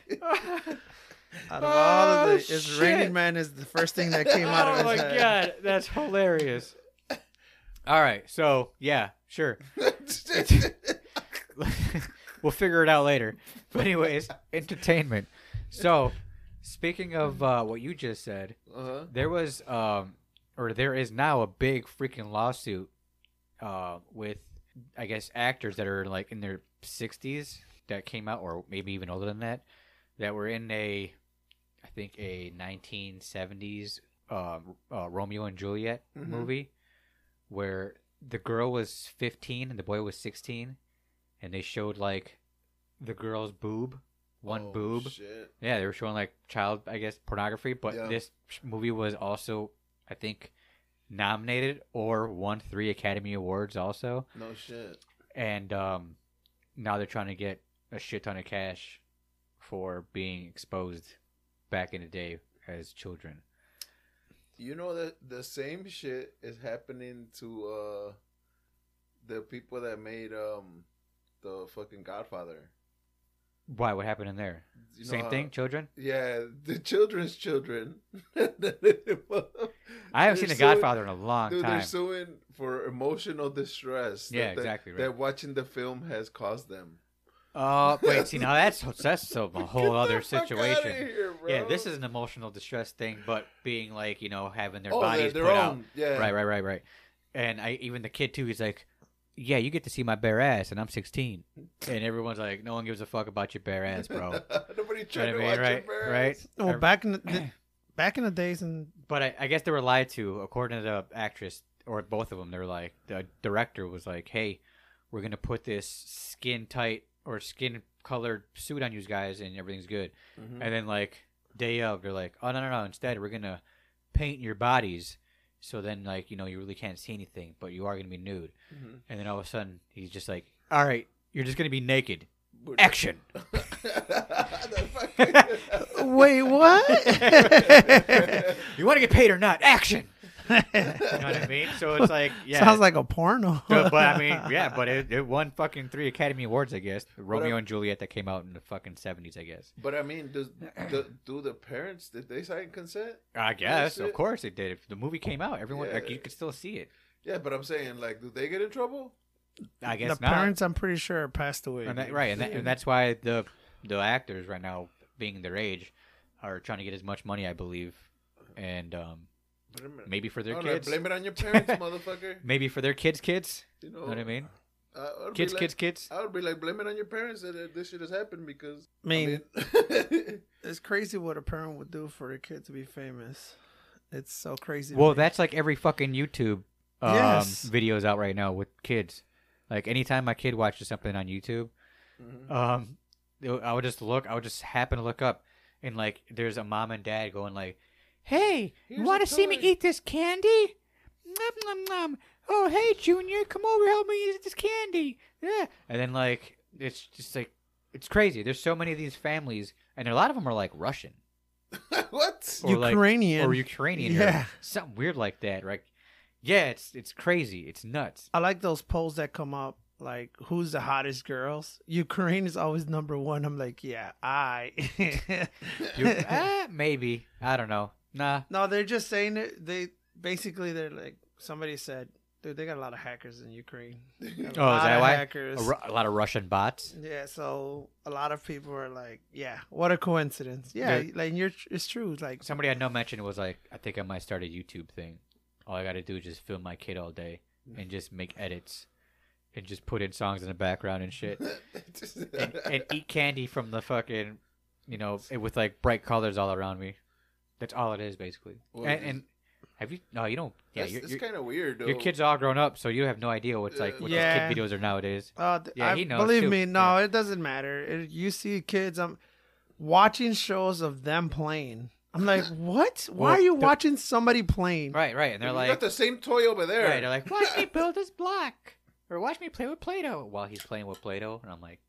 C: Out of all of
B: Oh,
C: the, it's
B: shit.
C: Raining Man is the first thing that came out of
B: oh
C: his
B: my
C: head.
B: god, that's hilarious. All right, so yeah, sure. we'll figure it out later. But anyways, entertainment. So, speaking of uh, what you just said,
A: uh-huh.
B: there was um, or there is now a big freaking lawsuit uh, with I guess actors that are like in their 60s that came out or maybe even older than that that were in a I think a 1970s uh, uh, Romeo and Juliet
A: Mhm.
B: movie where the girl was 15 and the boy was 16 and they showed like the girl's boob one
A: Oh,
B: boob
A: Shit.
B: yeah, they were showing like child, I guess, pornography. But
A: Yeah.
B: this movie was also, I think, nominated or won three Academy Awards also.
A: No shit.
B: And um, now they're trying to get a shit ton of cash for being exposed back in the day as children.
A: You know that the same shit is happening to uh the people that made um the fucking Godfather.
B: Why? What happened in there?
A: You know uh,
B: Same
A: how-
B: thing, children.
A: Yeah, the children's children. I
B: I haven't seen The Godfather in a long
A: Dude,
B: time.
A: they're suing for emotional distress.
B: Yeah,
A: that, that-
B: exactly right.
A: That watching the film has caused them.
B: Oh, wait. See, now that's that's so, a
A: Get
B: whole
A: the
B: other
A: fuck outta
B: situation.
A: here, bro.
B: Yeah, this is an emotional distress thing, but being like you know having their
A: oh,
B: bodies
A: their,
B: put
A: own.
B: out.
A: Yeah,
B: Right, right, right, right. And I even the kid too. He's like, "Yeah, you get to see my bare ass, and I'm 16." And everyone's like, "No one gives a fuck about your bare ass, bro." You know
A: Nobody
B: what
A: tried
B: I
A: to
B: mean?
A: watch
B: Right,
A: it, bro.
B: right.
C: Well, back in the, the back in the days, and
B: But I, I guess they were lied to, according to the actress or both of them. They were like, the director was like, "Hey, we're gonna put this skin tight or skin colored suit on you guys, and everything's good."
A: Mhm.
B: And then like day of, they're like, oh no no no! Instead, we're gonna paint your bodies, so then like you know you really can't see anything, but you are gonna be nude.
A: Mhm.
B: And then all of a sudden, he's just like, all right, you're just gonna be naked.
A: But-
B: Action.
A: The fucking-
C: wait, what?
B: You want to get paid or not? Action. you know what I mean? So it's like yeah.
C: Sounds like a porno.
B: but, but I mean, yeah, but it, it won fucking three Academy Awards, I guess. Romeo and Juliet that came out in the fucking seventies, I guess.
A: But I mean, does the, do the parents did they sign consent?
B: I guess, of
A: shit.
B: course, it did. If the movie came out, everyone like
A: Yeah.
B: you could still see it.
A: Yeah, but I'm saying like, do they get in trouble?
B: I guess
C: the
B: not.
C: parents, I'm pretty sure, passed away.
B: And that, right, and, that, and that's why the the actors right now, being their age, are trying to get as much money, I believe, and um,
A: Blame it-
B: Maybe for their
A: no, Oh, like,
B: kids.
A: blame it on your parents, motherfucker.
B: Maybe for their kids' kids.
A: You know, uh,
B: You know what I mean?
A: I- I would be
B: Kids,
A: like-
B: kids, kids.
A: I would be like, blame it on your parents that uh, this shit has happened because.
C: I mean, it's crazy what a parent would do for a kid to be famous. It's so crazy. to
B: Well,
C: me.
B: that's like every fucking YouTube um,
C: Yes.
B: videos out right now with kids. Like anytime my kid watches something on YouTube,
A: Mhm.
B: um, it- I would just look. I would just happen to look up, and like there's a mom and dad going like, "Hey, you
A: Here's a
B: want to see me
A: toy."
B: eat this candy? Nom, nom, nom. Oh, hey, Junior, come over, help me eat this candy." Yeah, and then like it's just like it's crazy. There's so many of these families, and a lot of them are like Russian
A: what?
B: or like-
C: Ukrainian.
B: or Ukrainian,
C: Yeah.
B: or something weird like that. Right? Yeah, it's it's crazy. It's nuts.
C: I like those polls that come up like who's the hottest girls? Ukraine is always number one. I'm like, yeah, I.
B: You, ah, maybe I don't know. Nah,
C: no, they're just saying it. They basically they're like somebody said, dude, they got a lot of hackers in Ukraine. Oh,
B: Oh, is that why?
C: Hackers.
B: a, Ru- a lot of Russian bots.
C: Yeah, so a lot of people are like, yeah, what a coincidence. Yeah,
B: Yeah.
C: like you're, it's true. Like,
B: Somebody I know mentioned was like, I think I might start a YouTube thing. All I got to do is just film my kid all day and just make edits and just put in songs in the background and shit and, and eat candy from the fucking, you know, it- with like bright colors all around me. That's all it is basically.
A: Well,
B: and,
A: it's-
B: and have you? No, you don't. Yeah,
A: That's-
B: you're,
A: it's
B: you're,
A: kind of weird. Though.
B: your kid's all grown up, so you have no idea what's like what
C: Yeah.
B: these kid videos are nowadays.
C: uh, th-
B: Yeah,
C: I-
B: he knows
C: believe
B: too.
C: me, no,
B: Yeah.
C: it doesn't matter. It, you see kids, I'm watching shows of them playing. I'm like, what? Why
B: Well,
C: are you
B: the-
C: watching somebody playing?
B: Right, right, and they're
A: you
B: like,
A: got the same toy over there.
B: right, they're like, watch me build this block, or watch me play with Play-Doh while he's playing with Play-Doh, and I'm like,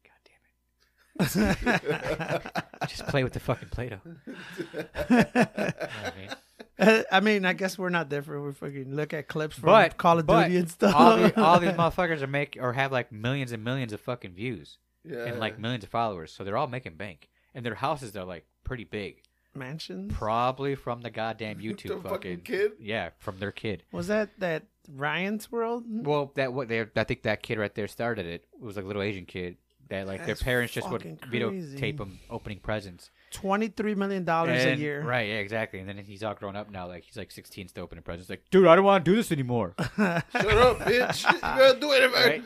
B: God damn it. Just play with the fucking Play-Doh. You know what I mean?
C: I mean, I guess we're not different. We fucking look at clips from
B: But
C: Call of
B: but
C: Duty and stuff.
B: All, the, all these motherfuckers are make or have like millions and millions of fucking views
A: yeah.
B: and like millions of followers, so they're all making bank, and their houses are like pretty big,
C: mansions.
B: probably from the goddamn YouTube
A: The fucking kid?
B: yeah, from their kid.
C: Was that that Ryan's World?
B: Well, that what they I think that kid right there started it. It was like a little Asian kid that like
C: That's
B: their parents just would
C: fucking crazy.
B: videotape him opening presents.
C: Twenty three million dollars a
B: And-
C: year.
B: Right, yeah, exactly. And then he's all grown up now. Like he's like 16 still opening presents. Like, dude, I don't want to do this anymore.
A: Shut up, bitch! you gotta do it, man.
B: Right?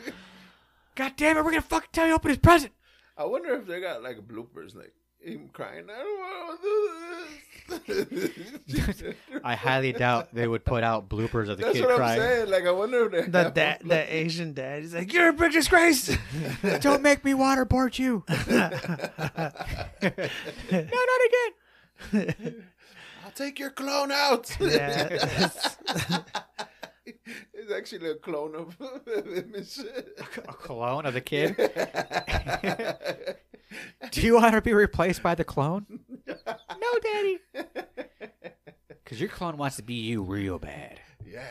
B: God damn it, we're gonna fucking tell you to open his present.
A: I wonder if they got like bloopers, like him crying. I don't want to do this.
B: I highly doubt they would put out bloopers of the
A: That's
B: kid
A: what I'm
B: crying.
A: saying. Like I wonder if they
C: The
A: have,
C: dad,
A: like,
C: the Asian dad, he's like, "You're a big disgrace."
B: Don't make me waterboard you. no, not again.
A: I'll take your clone out.
C: Yes.
A: it's actually a clone of him and shit.
B: A clone of the kid. Do you want to be replaced by the clone? no, daddy. Because your clone wants to be you real bad.
A: yeah.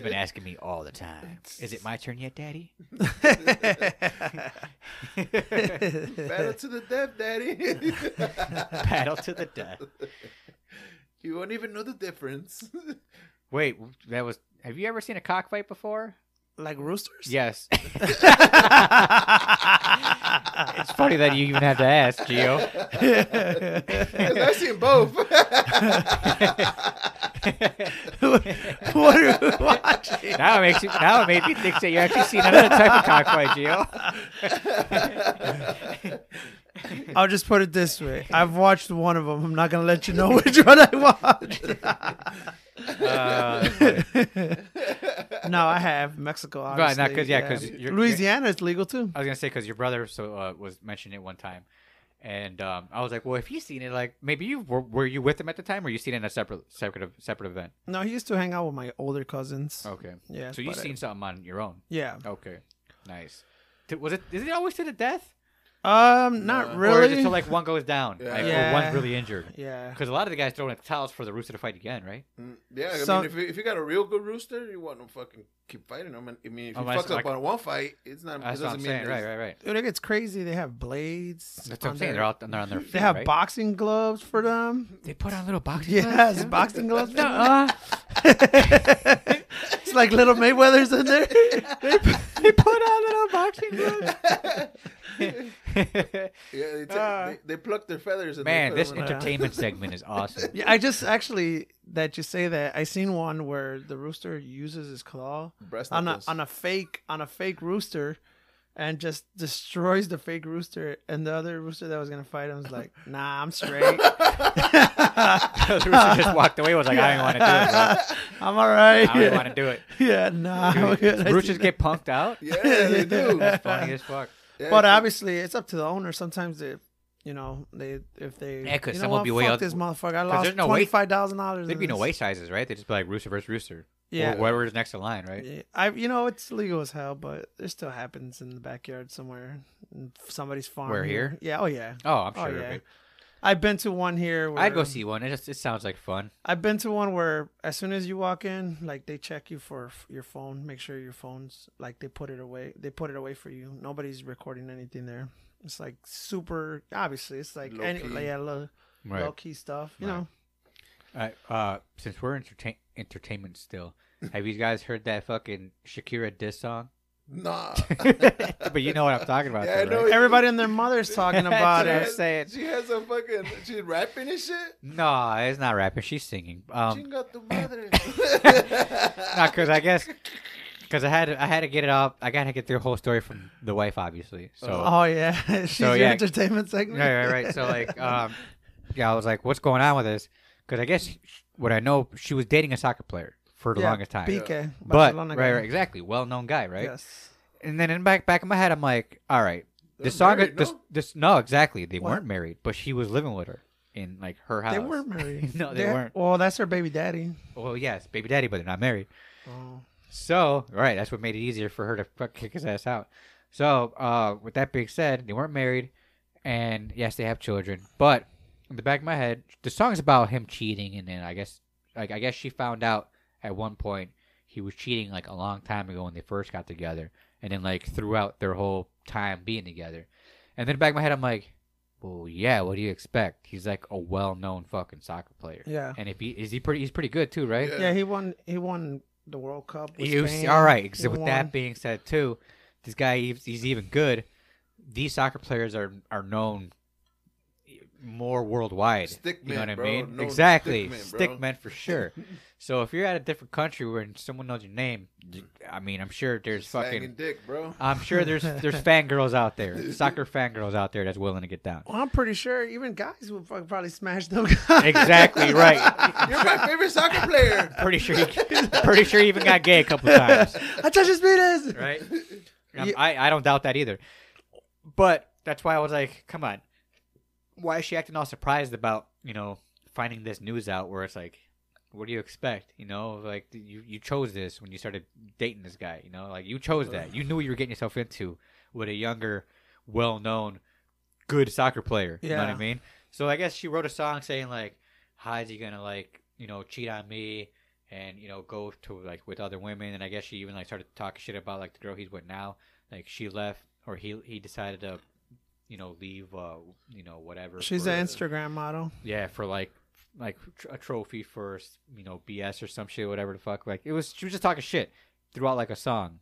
B: been asking me all the time. Is it my turn yet, daddy?
A: battle to the death, daddy.
B: Battle to the death.
A: you won't even know the difference.
B: Wait, that was. Have you ever seen a cockfight before?
C: like roosters.
B: Yes. it's funny that you even have to ask, Gio.
A: 'Cause I've seen both.
C: what are we watching?
B: Now it makes you, now it made me think that you actually seen another type of cockfight, Gio.
C: I'll just put it this way: I've watched one of them. I'm not gonna let you know which one I watched.
B: Uh,
C: no, I have Mexico. Obviously.
B: Right, not 'cause- yeah, 'cause you're- Uh,
C: Louisiana is legal too.
B: I was gonna say because your brother so uh, was mentioning it one time, and um, I was like, well, if he's seen it, like maybe you were, were you with him at the time, or you seen it in a separate separate separate event?
C: No, he used to hang out with my older cousins.
B: Okay,
C: Yeah,
B: Oh. so you
C: but I-
B: seen something on your own?
C: Yeah.
B: Okay, nice. Did- was it? Is it always to the death?
C: Um,
A: No.
C: not
B: Uh, Or is it
C: really.
B: till like one goes down, like, or
C: Yeah.
B: one's really injured?
C: yeah.
B: Because a lot of the guys throwing the towels for the rooster to fight again, right?
A: Mm, Yeah, I
C: So-
A: mean, if you, if you got a real good rooster, you want to fucking keep fighting him. And, I mean, if he
B: Unless,
A: fucks
B: Oh, like-
A: up on one fight, it's not.
B: That's
A: it doesn't
B: what I'm
A: mean
B: saying. Right,
A: there's-
B: right, right.
C: Dude, it gets crazy. They have blades.
B: That's what
C: on
B: I'm saying.
C: their-
B: They're out they're on their feet.
C: They have
B: right?
C: boxing gloves for them.
B: They put on little boxing. gloves,
C: Yes,
B: too?
C: boxing gloves.
B: No, uh,
C: it's like little Mayweather's in there.
B: they put on little boxing gloves.
A: Yeah, they, ta-
B: Ah.
A: they, they pluck their feathers. And they
B: Man,
A: put
B: this
A: them in-
B: entertainment segment is awesome.
C: yeah, I just actually that you say that. I seen one where the rooster uses his claw
A: Breast
C: on a
A: knuckles.
C: on a fake on a fake rooster, and just destroys the fake rooster. And the other rooster that was gonna fight him was like, "Nah, I'm straight.
B: the rooster just walked away. Was like, I don't want to do it. Bro.
C: I'm all right.
B: I don't want to do it.
C: Oh, Yeah, nah. I'm good. I
B: Roosters
C: seen
B: get punked out.
A: yeah, they do.
C: Yeah.
B: Funny as fuck.
A: Yeah,
C: But
A: dude.
C: obviously, it's up to the owner. Sometimes they, you know, they if they
B: Yeah, 'cause
C: you know
B: some will
C: what,
B: be way
C: fuck
B: out-
C: this motherfucker. I
B: 'cause
C: lost
B: there's no
C: twenty
B: weight-
C: five thousand dollars.
B: There'd be no weight sizes, right? They would just be like rooster versus rooster,
C: Yeah,
B: or whoever is next in line, right?
C: Yeah, I you know it's legal as hell, but it still happens in the backyard somewhere, in somebody's farm.
B: Where, here?
C: Yeah. Oh yeah.
B: Oh, I'm
C: Oh
B: sure.
C: yeah.
B: of it.
C: I've been to one here. Where,
B: I'd go see one. It just it sounds like fun.
C: I've been to one where as soon as you walk in, like they check you for f- your phone, make sure your phone's like they put it away. They put it away for you. Nobody's recording anything there. It's like super obviously. It's like
A: Low
C: any
A: key.
C: like, yeah, low,
B: Right.
C: low key stuff. You
B: Right.
C: know.
B: Alright, uh, since we're entertain entertainment still, have you guys heard that fucking Shakira diss song?
A: nah.
B: but you know what I'm talking about.
A: Yeah, I
B: though,
A: know
B: right?
A: what
C: Everybody and their mother's talking about it.
B: That's what I'm saying.
A: She has a fucking. She's rapping and shit.
B: No, it's not rapping. She's singing. Um,
A: Chinga tu madre.
B: because I guess because I had to, I had to get it up. I gotta get the whole story from the wife, obviously. So
C: Oh yeah, she's your
B: yeah.
C: entertainment segment.
B: right, right, right. So like, um, yeah, I was like, what's going on with this? Because I guess what I know, she was dating a soccer player for the
C: Yeah,
B: longest time.
C: Pique,
B: but
C: Barcelona
B: right,
C: guy.
B: right, exactly, well-known guy, right?
C: Yes.
B: And then in back back of my head, I'm like, all right,
A: They're
B: this song,
A: married,
B: this,
A: no?
B: this, no, exactly, they
C: Uh, What?
B: weren't married, but she was living with her in like her house.
C: They weren't married.
B: No, they
C: They're-
B: weren't.
C: Well, that's her baby daddy.
B: Well, yes, baby daddy, but they're not married.
C: Oh.
B: So, right, that's what made it easier for her to fuck kick his ass out. So, uh, with that being said, they weren't married, and yes, they have children. But in the back of my head, the song's about him cheating, and then I guess, like, I guess she found out at one point he was cheating like a long time ago when they first got together, and then like throughout their whole time being together. And then back of my head, I'm like, well, yeah, what do you expect? He's like a well-known fucking soccer player,
C: Yeah.
B: and if he is he pretty, he's pretty good too, right?
A: Yeah.
C: Yeah, he won. He won the World Cup. With
B: You
C: Spain.
B: all right?
C: He
B: So with
C: won.
B: that being said, too, this guy he's, he's even good. These soccer players are are known more worldwide.
A: Stick
B: you know
A: man,
B: what I
A: bro.
B: mean?
A: No
B: exactly,
A: stick man, bro.
B: stickman for sure. so if you're at a different country where someone knows your name, you- I mean, I'm sure there's
A: Slanging
B: fucking,
A: dick, bro.
B: I'm sure there's there's fangirls out there, soccer fangirls out there that's willing to get down.
C: Well, I'm pretty sure even guys would fuck- probably smash those guys.
B: Exactly right.
A: You're my favorite soccer player.
B: Pretty sure, he, pretty sure he even got gay a couple times.
C: I touch his penis.
B: right?
A: Mm-hmm.
B: Um,
C: Ye-
B: I, I don't doubt that either. But that's why I was like, come on. Why is she acting all surprised about, you know, finding this news out where it's like, what do you expect? You know, like you, you chose this when you started dating this guy, you know, like you chose that. You knew what you were getting yourself into with a younger, well known, good soccer player. You know what I
C: Yeah.
B: mean? So I guess she wrote a song saying like, how is he gonna like, you know, cheat on me? and you know go to like with other women and i guess she even like started talking shit about like the girl he's with now like she left or he he decided to you know leave uh you know whatever
C: She's
B: for-
C: an Instagram model.
B: yeah for like like tr- a trophy for you know bs or some shit whatever the fuck like it was she was just talking shit throughout like a song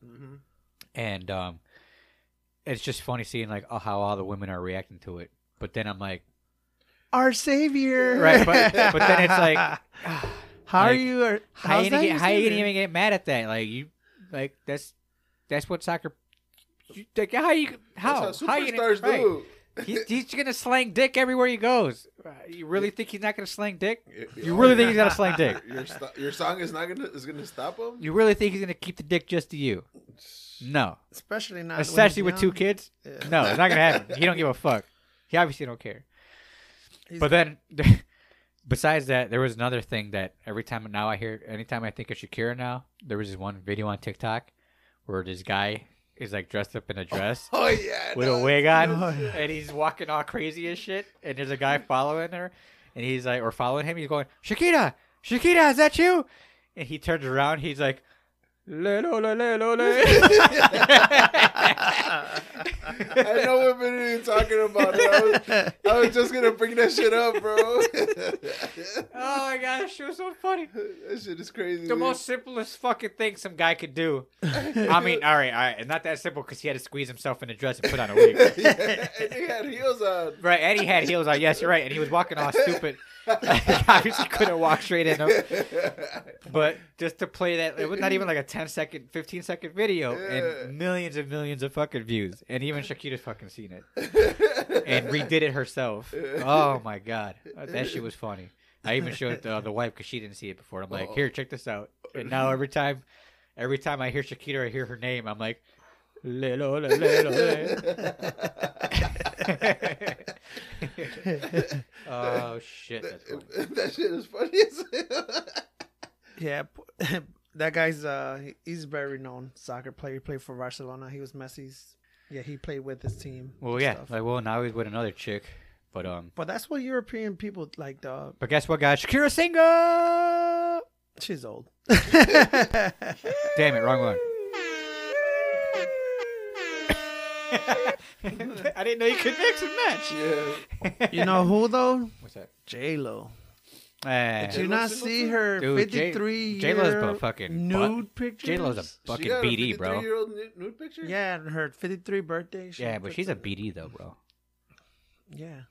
B: and um it's just funny seeing like oh, how all the women are reacting to it but then i'm like
C: Our savior.
B: Right, but- but then it's like, ah,
C: how are
B: like,
C: you? Or,
B: how
C: how's
B: you
C: that
B: gonna
C: your
B: get, how you
C: savior?
B: gonna even get mad at that? Like you, like that's that's what soccer. You, like, how you how
A: That's how
B: how you
A: superstars
B: right.
A: do.
B: He's, he's gonna slang dick everywhere he goes. Uh, You really think he's not gonna slang dick?
A: Y-
B: You
A: oh,
B: really think he's gonna slang dick?
A: your- your sto- your song is not gonna is gonna stop him?
B: You really think he's gonna keep the dick just to you? No,
C: especially not when he's
B: especially with two
C: young.
B: kids.
C: Yeah.
B: No, it's not gonna happen. He don't give a fuck. He obviously don't care.
C: He's-
B: but then, besides that, there was another thing that every time now I hear, anytime I think of Shakira now, there was this one video on TikTok where this guy is like dressed up in a dress
A: Oh yeah.
B: with a
A: no.
B: wig on,
C: no.
B: Oh, and he's walking all crazy as shit, and there's a guy following her, and he's like, or following him, he's going, Shakira, Shakira, is that you? And he turns around, he's like, "Le, lo, le, le, lo, le."
A: I know what minute you're talking about. bro. I was, I was just gonna bring that shit up, bro.
B: Oh my gosh, she was so funny.
A: that shit is crazy.
B: the
A: dude.
B: most simplest fucking thing some guy could do. I mean, all right, all right, and not that simple because he had to squeeze himself in a dress and put on a wig.
A: yeah, and he had heels on.
B: right, and he had heels on. Yes, you're right, and he was walking all stupid. obviously couldn't walk straight in them. But just to play that, it was not even like a 10 second, 15 second video,
A: Yeah.
B: and millions and millions of fucking views. And even Shakira's fucking seen it and redid it herself. Oh my God. That shit was funny. I even showed it to uh, the wife because she didn't see it before. I'm like,
A: Oh.
B: here, check this out. And now every time, every time I hear Shakira, or I hear her name. I'm like, little, little, oh shit! That's funny.
A: that shit is funny as hell.
C: Yeah, p- that guy's uh he's very known soccer player. He played for Barcelona. He was Messi's. Yeah, he played with his team.
B: Well,
C: and
B: yeah.
C: stuff.
B: Like, well, now he's with another chick, but um.
C: but that's what European people like. Dog,
B: But guess what, guys? Shakira single.
C: she's old.
B: Damn it, wrong one. I didn't know you could mix and match.
A: Yeah.
C: you know who though?
B: What's that?
C: J Lo.
B: Eh,
C: Did you not see her
B: Dude, J-
C: fifty-three year
B: J-Lo's a fucking
C: nude pictures?
B: J Lo's a fucking BD, bro.
A: Year old nude picture.
C: yeah, and her fifty-three birthday. she
B: Yeah, but
C: took
B: she's a
C: the-
B: BD though, bro.
C: Yeah.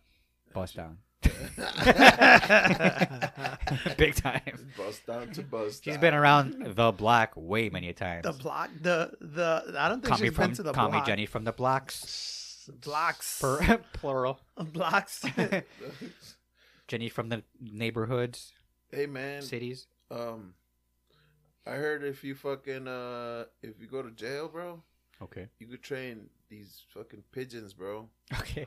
B: Bust down,
C: the
B: big time.
A: Bust down to bust.
B: She's
A: down.
B: been around the block way many times.
C: block, the the. I don't think
B: Call me
C: she's
B: from,
C: been to the
B: call me
C: block.
B: Jenny from the blocks.
C: Blocks.
B: Per, plural.
C: blocks.
B: Jenny from the neighborhoods,
A: Hey man,
B: cities.
A: um, I heard if you fucking uh if you go to jail, bro,
B: Okay.
A: you could train these fucking pigeons, bro.
B: Okay.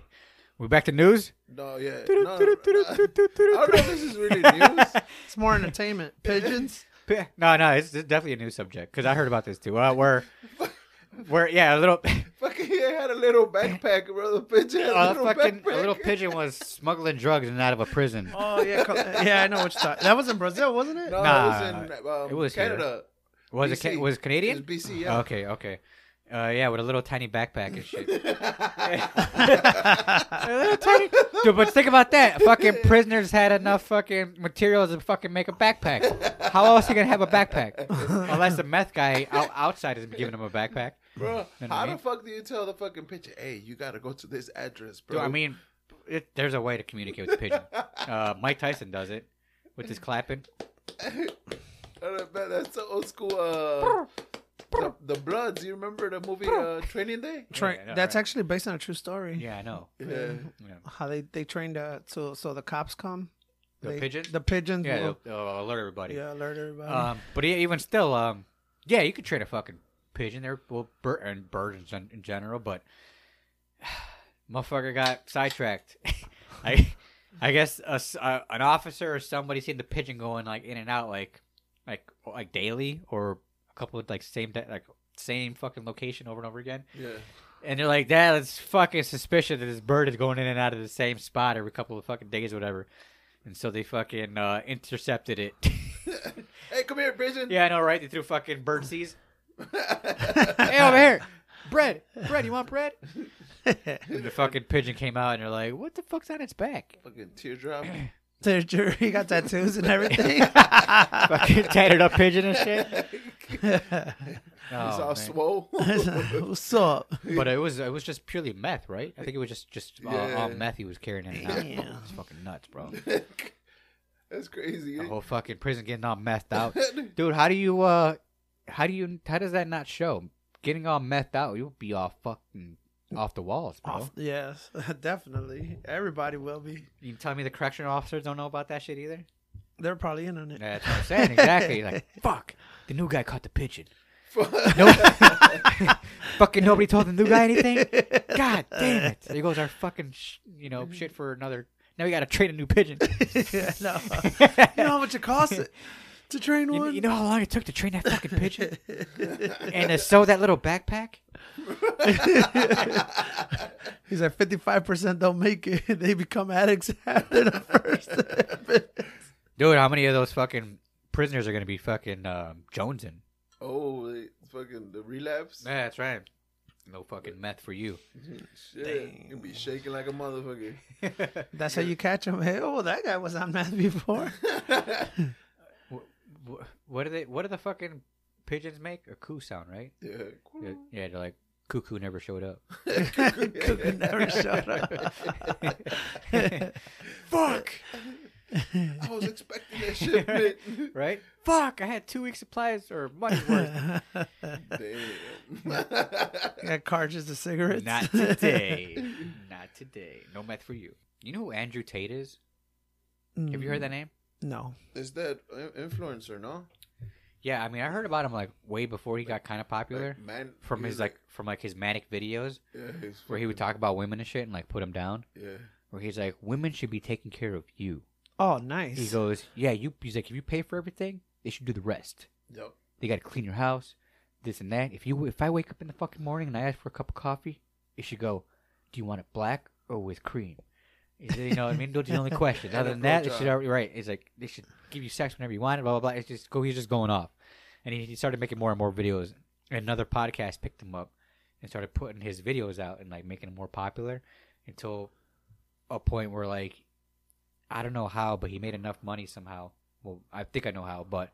B: We back to news.
A: No, yeah, no, no, no, I don't know if this is really news.
C: it's more entertainment. Pigeons.
B: No, no, it's, it's definitely a new subject because I heard about this too. Uh, where, where, yeah, a little,
A: fucking, he had a little backpack, bro. The pigeon had a
B: a
A: little
B: fucking,
A: backpack.
B: a little pigeon was smuggling drugs and out of a prison.
C: Oh yeah, co- yeah. I know what you're talking. That was in Brazil, wasn't it?
A: No,
B: Nah,
A: it was in um,
B: it was here.
A: Canada.
B: Was it
A: BC.
B: Ca- was it Canadian?
A: It was BC, yeah.
B: Okay, okay. Uh, yeah, with a little tiny backpack and shit. A little tiny- Dude, but think about that. Fucking prisoners had enough fucking materials to fucking make a backpack. How else you gonna have a backpack? Unless the meth guy out- outside is giving him a backpack.
A: Bro,
B: You know what I
A: how
B: mean?
A: the fuck do you tell the fucking pigeon, hey, you gotta go to this address, bro?
B: Dude, I mean, it, there's a way to communicate with the pigeon. Uh, Mike Tyson does it with his clapping.
A: Uh, that- that's the old school. Uh, the, the Bloods. You remember the movie uh, Training Day?
C: Tra-
B: Yeah, I know,
C: that's
B: right?
C: actually based on a true story.
B: Yeah, I know.
A: Yeah.
B: Yeah.
C: How they they trained uh so so the cops come.
B: The
C: they,
B: pigeons?
C: The pigeons.
B: Yeah,
C: will-
B: they'll- they'll alert everybody.
C: yeah. Alert everybody.
B: Um, but yeah, even still, um, yeah, you could trade a fucking pigeon there, well, bir- and birds in, gen- in general, but motherfucker got sidetracked. I, I guess a s uh an officer or somebody seen the pigeon going like in and out, like, like, like daily, or a couple of like same day, like same fucking location over and over again,
A: Yeah.
B: and they're like, "That it's fucking suspicious that this bird is going in and out of the same spot every couple of fucking days, or whatever." And so they fucking uh, intercepted it.
A: hey, come here, pigeon.
B: Yeah, I know, right? They threw fucking bird seeds. hey, over here. Bread. Bread. You want bread? And the fucking pigeon came out and they're like, what the fuck's on its back?
A: Fucking teardrop.
C: Their jury got tattoos and everything.
B: fucking tattered up pigeon and shit.
A: He's
B: Oh,
A: all
B: man.
A: swole.
C: What's up?
B: But it was it was just purely meth, right? I think it was just just all,
A: Yeah.
B: all meth he was carrying in. and out.
C: Damn.
B: It's fucking nuts, bro.
A: That's crazy.
B: The whole fucking prison getting all methed out, dude. How do you uh, how do you how does that not show? Getting all methed out, you'll be all fucking off the walls, bro.
C: Off- Yes, definitely. Everybody will be.
B: You tell me the correctional officers don't know about that shit either?
C: They're probably in on it.
B: That's what I'm saying. Exactly. Like, fuck. The new guy caught the pigeon.
A: Fuck.
B: No, fucking nobody told the new guy anything. God damn it! There goes our fucking, sh- you know, shit for another. Now we got to train a new pigeon.
C: Yeah, no.
B: you,
C: You know how much it costs to train
B: you know,
C: one?
B: how long it took to train that fucking pigeon and to sew that little backpack.
C: He's like fifty five percent don't make it. They become addicts after the first.
B: Dude, how many of those fucking prisoners are gonna be fucking um, jonesing?
A: oh, wait, fucking the relapse.
B: Yeah, that's right. No fucking meth for you.
A: Shit. You be shaking like a motherfucker.
C: That's how you catch them. Hey, oh, that guy was on meth before.
B: Wh- What do they? What do the fucking pigeons make? A coo sound, right?
A: Yeah.
B: Yeah, yeah, they're like cuckoo never showed up.
C: Cooking never showed up.
B: Fuck.
A: I was expecting that shit, bitch.
B: right? Fuck! I had two weeks' supplies or money's worth.
A: Damn.
C: Got cartridges of cigarettes.
B: Not today. Not today. No meth for you. You know who Andrew Tate is? Have you heard that name?
C: No.
A: Is that in- influencer, no?
B: Yeah, I mean, I heard about him like way before he got kind of popular.
A: Like, man,
B: From his
A: he's
B: like from like his manic videos
A: yeah, he's
B: where he would talk about women and shit and like put them down.
A: fucking- yeah.
B: Where he's like, women should be taking care of you.
C: Oh, nice.
B: He goes, yeah, you. He's like, if you pay for everything, they should do the rest.
A: Yup.
B: They got to clean your house, this and that. If you, if I wake up in the fucking morning and I ask for a cup of coffee, it should go, do you want it black or with cream? Is it, you know, what I mean, those are the only questions.
A: And
B: Other
A: a
B: than that, it
A: blowjob.
B: should already right. It's like they should give you sex whenever you want it. Blah blah blah. It's just go. He's just going off, and he, he started making more and more videos. And another podcast picked him up and started putting his videos out and like making them more popular until a point where like I don't know how, but he made enough money somehow. Well, I think I know how, but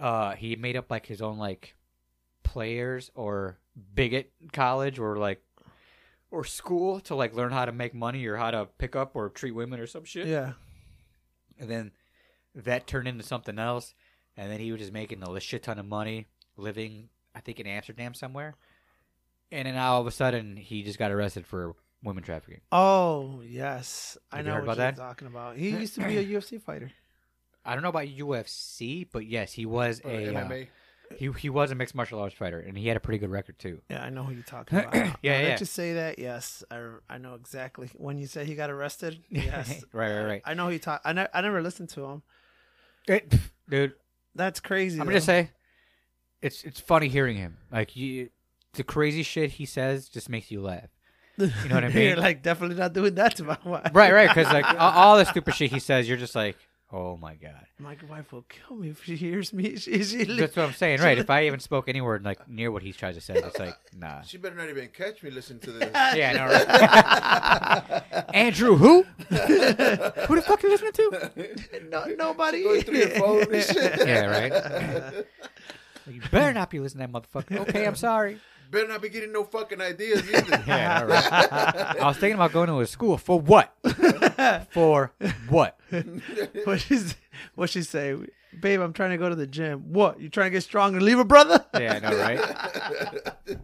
B: uh, he made up like his own like players or bigot college or like or school to like learn how to make money or how to pick up or treat women or some shit.
C: yeah.
B: And then that turned into something else, and then he was just making a shit ton of money, living I think in Amsterdam somewhere. And then all of a sudden, he just got arrested for women trafficking.
C: Oh, yes. I
B: Have you
C: know
B: heard
C: what
B: about
C: you're
B: that?
C: talking about. He used to be a UFC fighter.
B: I don't know about UFC, but yes, he was
A: Or
B: a uh,
A: MMA.
B: he he was a mixed martial arts fighter, and he had a pretty good record too.
C: Yeah, I know who you're talking about.
B: Yeah,
C: Now that
B: yeah.
C: you say that, yes, I, I know exactly. When you said he got arrested, yes.
B: right, right, right.
C: I know who you talk. I, ne- I never listened to him.
B: It- pff, dude,
C: That's crazy.
B: I'm
C: though.
B: gonna say, it's it's funny hearing him. Like you, the crazy shit he says just makes you laugh. You know what I
C: You're
B: mean?
C: like definitely not doing that to my wife.
B: Right, right. Because like all, all the stupid shit he says, you're just like, oh my god.
C: My wife will kill me if she hears me. She, she,
B: That's what I'm saying, right? If I even spoke any word like near what he tries to say, it's like, nah.
A: She better not even catch me listening to this.
B: Yeah, no, right. Andrew, who? who the fuck you listening to?
C: no, nobody.
A: Going through your phone and shit.
B: Yeah, right. You better not be listening to that motherfucker. Okay, I'm sorry.
A: Better not be getting no fucking ideas either.
B: Yeah, all right. I was thinking about going to a school for what? for what?
C: What is what she say? Babe, I'm trying to go to the gym. What? You trying to get strong and leave a brother?
B: Yeah, I know, right?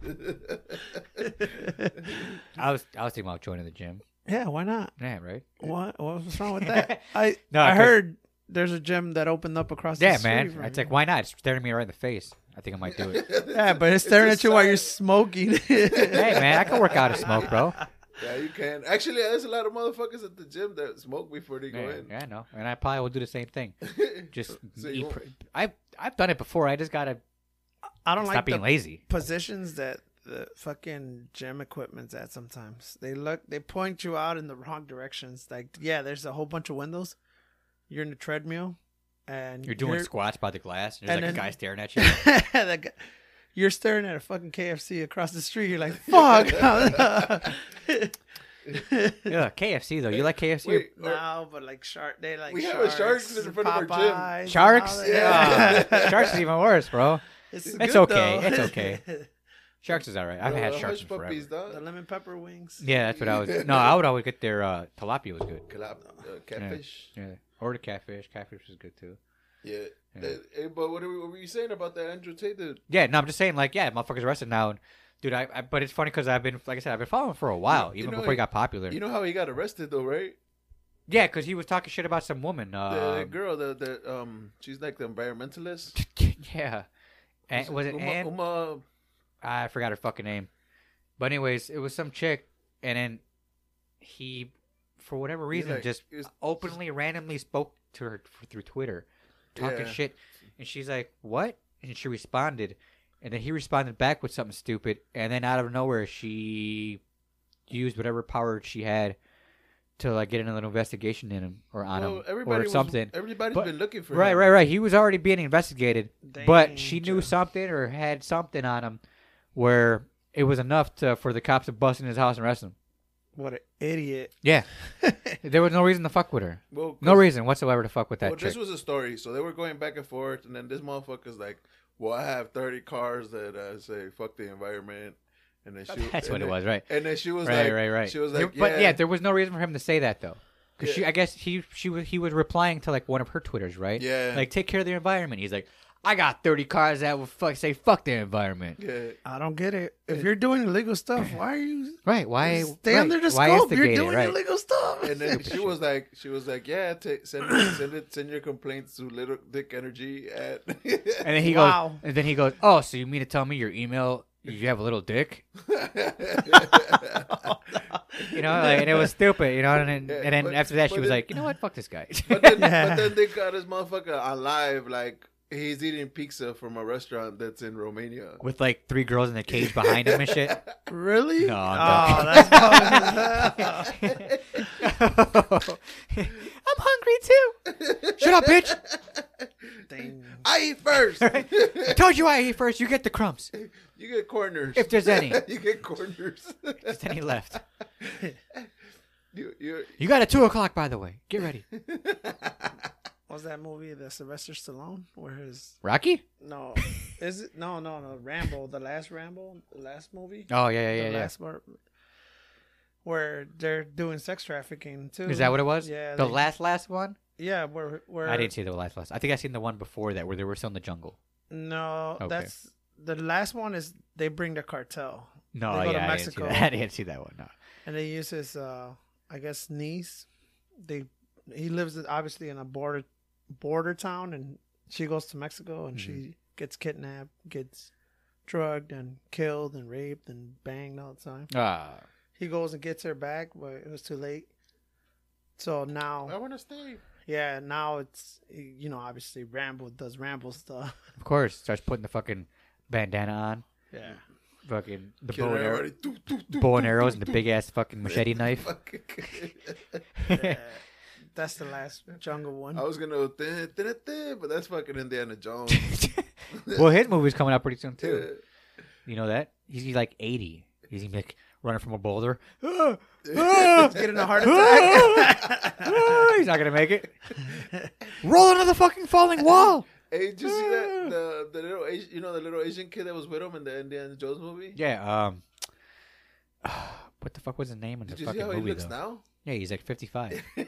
B: I was I was thinking about joining the gym.
C: Yeah, why not?
B: Yeah, right.
C: What what's wrong with that? I
B: No,
C: I
B: 'cause-
C: heard there's a gym that opened up across
B: Yeah,
C: the street.
B: man.
C: from
B: It's
C: you.
B: like why not? It's staring me right in the face. I think I might do it.
C: Yeah, but it's staring at you while you're smoking.
B: hey, man, I can work out of smoke, bro.
A: Yeah, you can. Actually, there's a lot of motherfuckers at the gym that smoke before they go
B: Yeah,
A: in.
B: yeah, I know. And I probably will do the same thing. Just
A: So you
B: eat
A: won't-
B: pr- I've I've done it before. I just gotta
C: I don't
B: stop
C: like
B: being
C: the
B: lazy.
C: positions that the fucking gym equipment's at sometimes. They look they point you out in the wrong directions. Like yeah, there's a whole bunch of windows. You're in the treadmill and
B: You're doing squats by the glass, and there's
C: and
B: like
C: then-
B: a guy staring at you.
C: the guy- you're staring at a fucking KFC across the street. You're like, fuck.
B: yeah, KFC though. You like KFC? or
A: Wait, or-
C: no, but like shark, they like
A: We have a
C: sharks,
A: sharks in front of our gym.
C: Popeyes and all
B: Sharks?
C: that.
A: Yeah.
B: Ah, sharks is even worse, bro.
C: it's,
B: It's
C: good,
B: okay,
C: though.
B: it's okay. Sharks is all right. I've
A: uh,
B: had sharks
A: hush
B: in forever.
A: puppies,
C: the
A: dog.
C: lemon pepper wings.
B: Yeah, that's what I was. No, I would always get their uh, tilapia was good.
A: Clap, uh, catfish.
B: Yeah, or the catfish. Catfish was good too.
A: Yeah.
B: Yeah.
A: Uh, hey, but what, are we, what were you saying about that Andrew Tate? dude?
B: Yeah, no, I'm just saying, like, yeah, motherfuckers arrested now, and, dude. I, I but it's funny because I've been, like I said, I've been following him for a while,
A: You
B: even
A: know,
B: before he got popular.
A: You know how he got arrested though, right?
B: yeah, because he was talking shit about some woman.
A: The,
B: Uh,
A: the girl, the, the um, she's like the environmentalist.
B: yeah, and, Eh, was it
A: Uma,
B: Ann?
A: Uma-
B: I forgot her fucking name. But anyways, it was some chick, and then he, for whatever reason,
A: like,
B: just
A: it was-
B: openly, randomly spoke to her f- through Twitter, talking
A: Yeah.
B: shit, and she's like, "What?" And she responded, and then he responded back with something stupid, and then out of nowhere, she used whatever power she had to like get another investigation in him or on
A: well,
B: him
A: everybody
B: or
A: was-
B: something.
A: Everybody's
B: But-
A: been looking for
B: Right,
A: him.
B: right, right. He was already being investigated, but she knew
C: Danger.
B: something or had something on him where it was enough to, for the cops to bust in his house and arrest him.
C: What an idiot.
B: Yeah, there was no reason to fuck with her.
A: Well, 'cause-
B: No reason whatsoever to fuck with that
A: well,
B: chick.
A: this was a story. So they were going back and forth, and then this motherfucker's like, "Well, I have thirty cars that uh, say fuck the environment," and then she.
B: That's
A: and
B: what it
A: then-
B: was, right?
A: And then she was
B: Right,
A: like,
B: right, right.
A: She was
B: There-
A: like,
B: but yeah,
A: yeah
B: there was no reason for him to say that though. Cause she, I guess he, she, was- he was replying to like one of her twitters, right?
A: Yeah.
B: Like, take care of the environment. He's like, I got thirty cars that will fuck say fuck the environment.
A: Yeah.
C: I don't get it. If you're doing illegal stuff, why are you
B: Right? Why?
C: stay
B: right,
C: under the
B: why
C: scope? You're
B: instigate it,
C: doing
B: right?
C: illegal stuff.
A: And then she was like, she was like, yeah, ta send send it, send your complaints to Little Dick Energy at.
B: And then he goes,
C: Wow.
B: and then he goes, oh, so you mean to tell me your email? You have a little dick, you know, like, and it was stupid, you know. And then,
A: Yeah,
B: and then
A: but-
B: after that,
A: but
B: she was
A: then-
B: like, you know what, fuck this guy.
A: but then,
C: Yeah.
A: but then they got this motherfucker alive, like he's eating pizza from a restaurant that's in Romania.
B: With like three girls in the cage behind him and shit.
C: really?
B: No,
C: oh,
B: I'm
C: that's dumb as hell.
B: I'm hungry too. Shut up, bitch.
C: Dang.
A: I eat first.
B: I told you I eat first. You get the crumbs.
A: you get corners.
B: If there's any.
A: you get corners.
B: Just any left.
A: you, you,
B: You got a two o'clock, by the way. Get ready.
C: What was that movie the Sylvester Stallone where his
B: Rocky?
C: no is it no no no Rambo the last Rambo the last movie
B: Oh, yeah, yeah,
C: the
B: yeah. yeah.
C: last part where they're doing sex trafficking too.
B: Is that what it was?
C: Yeah,
B: The
C: they-
B: last, last one?
C: Yeah, where where
B: I didn't see the last, last. I think I seen the one before that where they were still in the jungle.
C: No,
B: Okay.
C: that's the last one is they bring the cartel
B: No,
C: They go to
B: yeah, I didn't, see
C: Mexico.
B: that. I didn't see that one. No.
C: and they use his uh I guess niece. They he lives in- obviously in a border border town and she goes to Mexico and
B: Mm-hmm.
C: she gets kidnapped, gets drugged and killed and raped and banged all the time.
B: Ah,
C: He goes and gets her back, but it was too late. So now
A: I want to stay.
C: yeah, now it's you know, obviously Rambo does Rambo stuff.
B: of course. Starts putting the fucking bandana on.
C: Yeah.
B: Fucking the
A: Kill
B: bow and, arrow,
A: everybody. Doo, doo, doo,
B: bow
A: doo,
B: and arrows
A: doo,
B: and the
A: doo.
B: big ass fucking machete knife.
A: Fuck.
C: That's the last jungle one.
B: Oh.
A: I was gonna go, "Dun, dun, dun, dun," but that's fucking Indiana Jones.
B: well, his movie's coming out pretty soon too. You know that he's, he's like eighty. He's gonna be like running from a boulder. Ah, ah,
C: Getting a heart
B: ah, ah, he's not gonna make it. Roll into the fucking falling wall.
A: Hey, did you see
B: Ah.
A: that the the little Asian, you know the little Asian kid that was with him in the Indiana Jones movie?
B: Yeah. Um. What the fuck was his name in the
A: Did you see
B: fucking
A: how he
B: movie
A: looks
B: though?
A: now?
B: Yeah, he's like fifty-five.
A: He's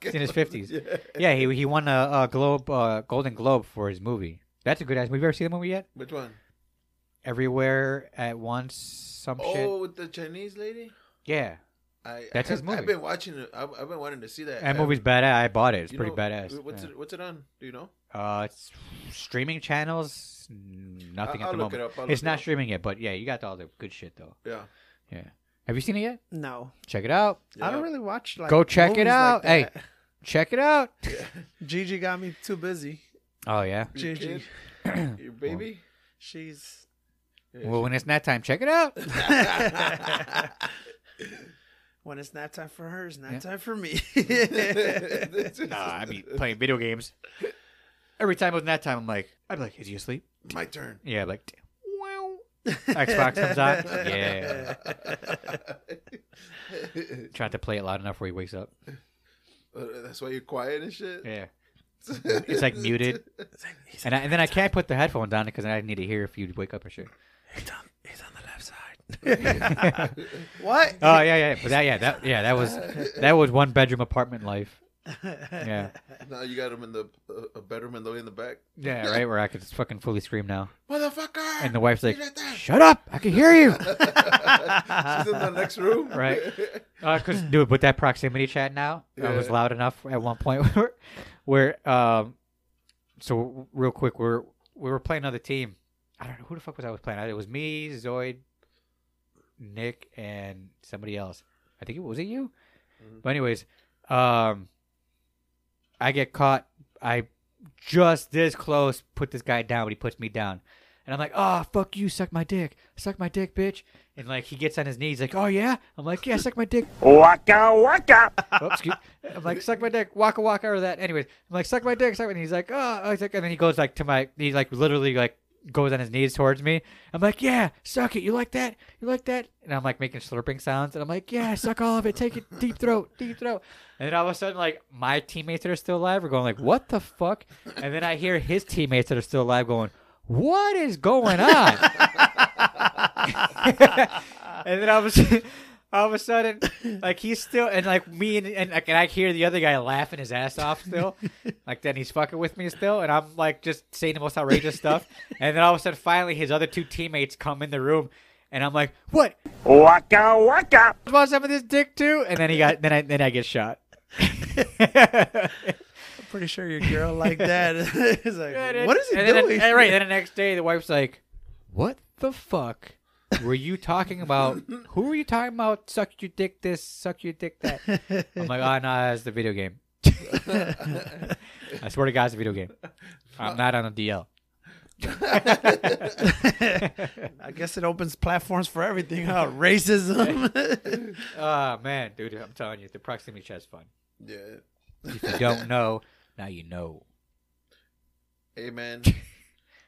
B: He's in his fifties.
A: Yeah.
B: Yeah, he he won a, a globe, uh, Golden Globe for his movie. That's a good ass movie. You ever seen the movie yet?
A: Which one?
B: Everywhere at once, some
A: Oh,
B: shit.
A: with the Chinese lady.
B: Yeah,
A: I
B: That's
A: I,
B: his movie.
A: I've been watching it. I've, I've been wanting to see that.
B: that
A: I-
B: movie's badass. I bought it. It's
A: you
B: pretty
A: know,
B: badass.
A: What's
B: yeah.
A: it? What's it on? Do you know?
B: Uh, it's streaming channels, n- nothing
A: I'll-
B: at the
A: I'll look it
B: moment.
A: up, I'll
B: it's
A: look it
B: not
A: up.
B: streaming yet, but yeah, you got all the good shit though.
A: Yeah.
B: Yeah. Have you seen it yet?
C: No.
B: Check it out.
C: I don't
A: Yeah.
C: really watch like
B: Go check it
C: movies
B: out.
C: like
B: hey,
C: that.
B: check it out.
C: Gigi got me too busy.
B: Oh yeah.
A: Your
C: Gigi.
A: kid? Your baby.
C: She's
B: Well, when it's nap time, check it out.
C: when it's nap time for her, it's nap
B: Yeah.
C: time for me.
B: nah, I be playing video games. Every time it was nap time, I'm like, I'd be like, is he asleep?
A: my turn.
B: Yeah, like, "Damn." Xbox comes on. Yeah. Tried to play it loud enough where he wakes up.
A: Uh, That's why you're quiet and shit.
B: Yeah. It's like muted. And, I, and then I can't put the headphones on because I need to hear if you wake up or shit.
C: He's on, he's on the left side. what?
B: Oh yeah, yeah, but that, yeah, that, yeah, that was that was one bedroom apartment life. Yeah,
A: Now you got him in the uh, a bedroom and the way in the back.
B: yeah, right where I could just fucking fully scream now,
A: Motherfucker!
B: and the wife's like,
A: He's right there.
B: "Shut up, I can hear you."
A: She's in the next room.
B: Right. Uh, Cause dude, with that proximity chat now, I was
A: Yeah.
B: loud enough at one point where, where um, so real quick, we're we were playing another team. I don't know who the fuck was I was playing. It was me, Zoid, Nick, and somebody else. I think it was it you.
A: Mhm.
B: But anyways, um, I get caught. I just this close put this guy down, but he puts me down. And I'm like, oh, fuck you, suck my dick. Suck my dick, bitch. And like, he gets on his knees, like, oh, yeah? I'm like, yeah, suck my dick.
D: Waka waka.
B: Oh, excuse- I'm like, suck my dick, waka waka, or that. Anyways, I'm like, suck my dick, suck my And he's like, oh, oh," he's like, and then he goes like to my, he like literally like goes on his knees towards me. I'm like, yeah, suck it. You like that? You like that? And I'm like making slurping sounds. And I'm like, yeah, suck all of it. Take it, deep throat, deep throat. And then all of a sudden, like my teammates that are still alive are going like, what the fuck? And then I hear his teammates that are still alive going, what is going on? and then I was, all of a sudden, like he's still and like me and, and like and I hear the other guy laughing his ass off still, like then he's fucking with me still, and I'm like just saying the most outrageous stuff, and then all of a sudden, finally, his other two teammates come in the room, and I'm like, "What
D: Waka waka.
B: about some of this dick too?" And then he got then I then I get shot.
C: I'm pretty sure your girl like that. it's like,
B: And
C: what is he
B: and then-
C: doing?
B: and right. Then the next day, the wife's like, "What the fuck were you talking about? Who were you talking about? Suck your dick this, suck your dick that." I'm like, "Oh no, it's the video game. I swear to God, it's a video game. I'm not on a DL."
C: I guess it opens platforms for everything. Huh? Racism.
B: Oh man, dude, I'm telling you, the proximity chat's fun.
A: yeah.
B: If you don't know, now you know.
A: Hey man,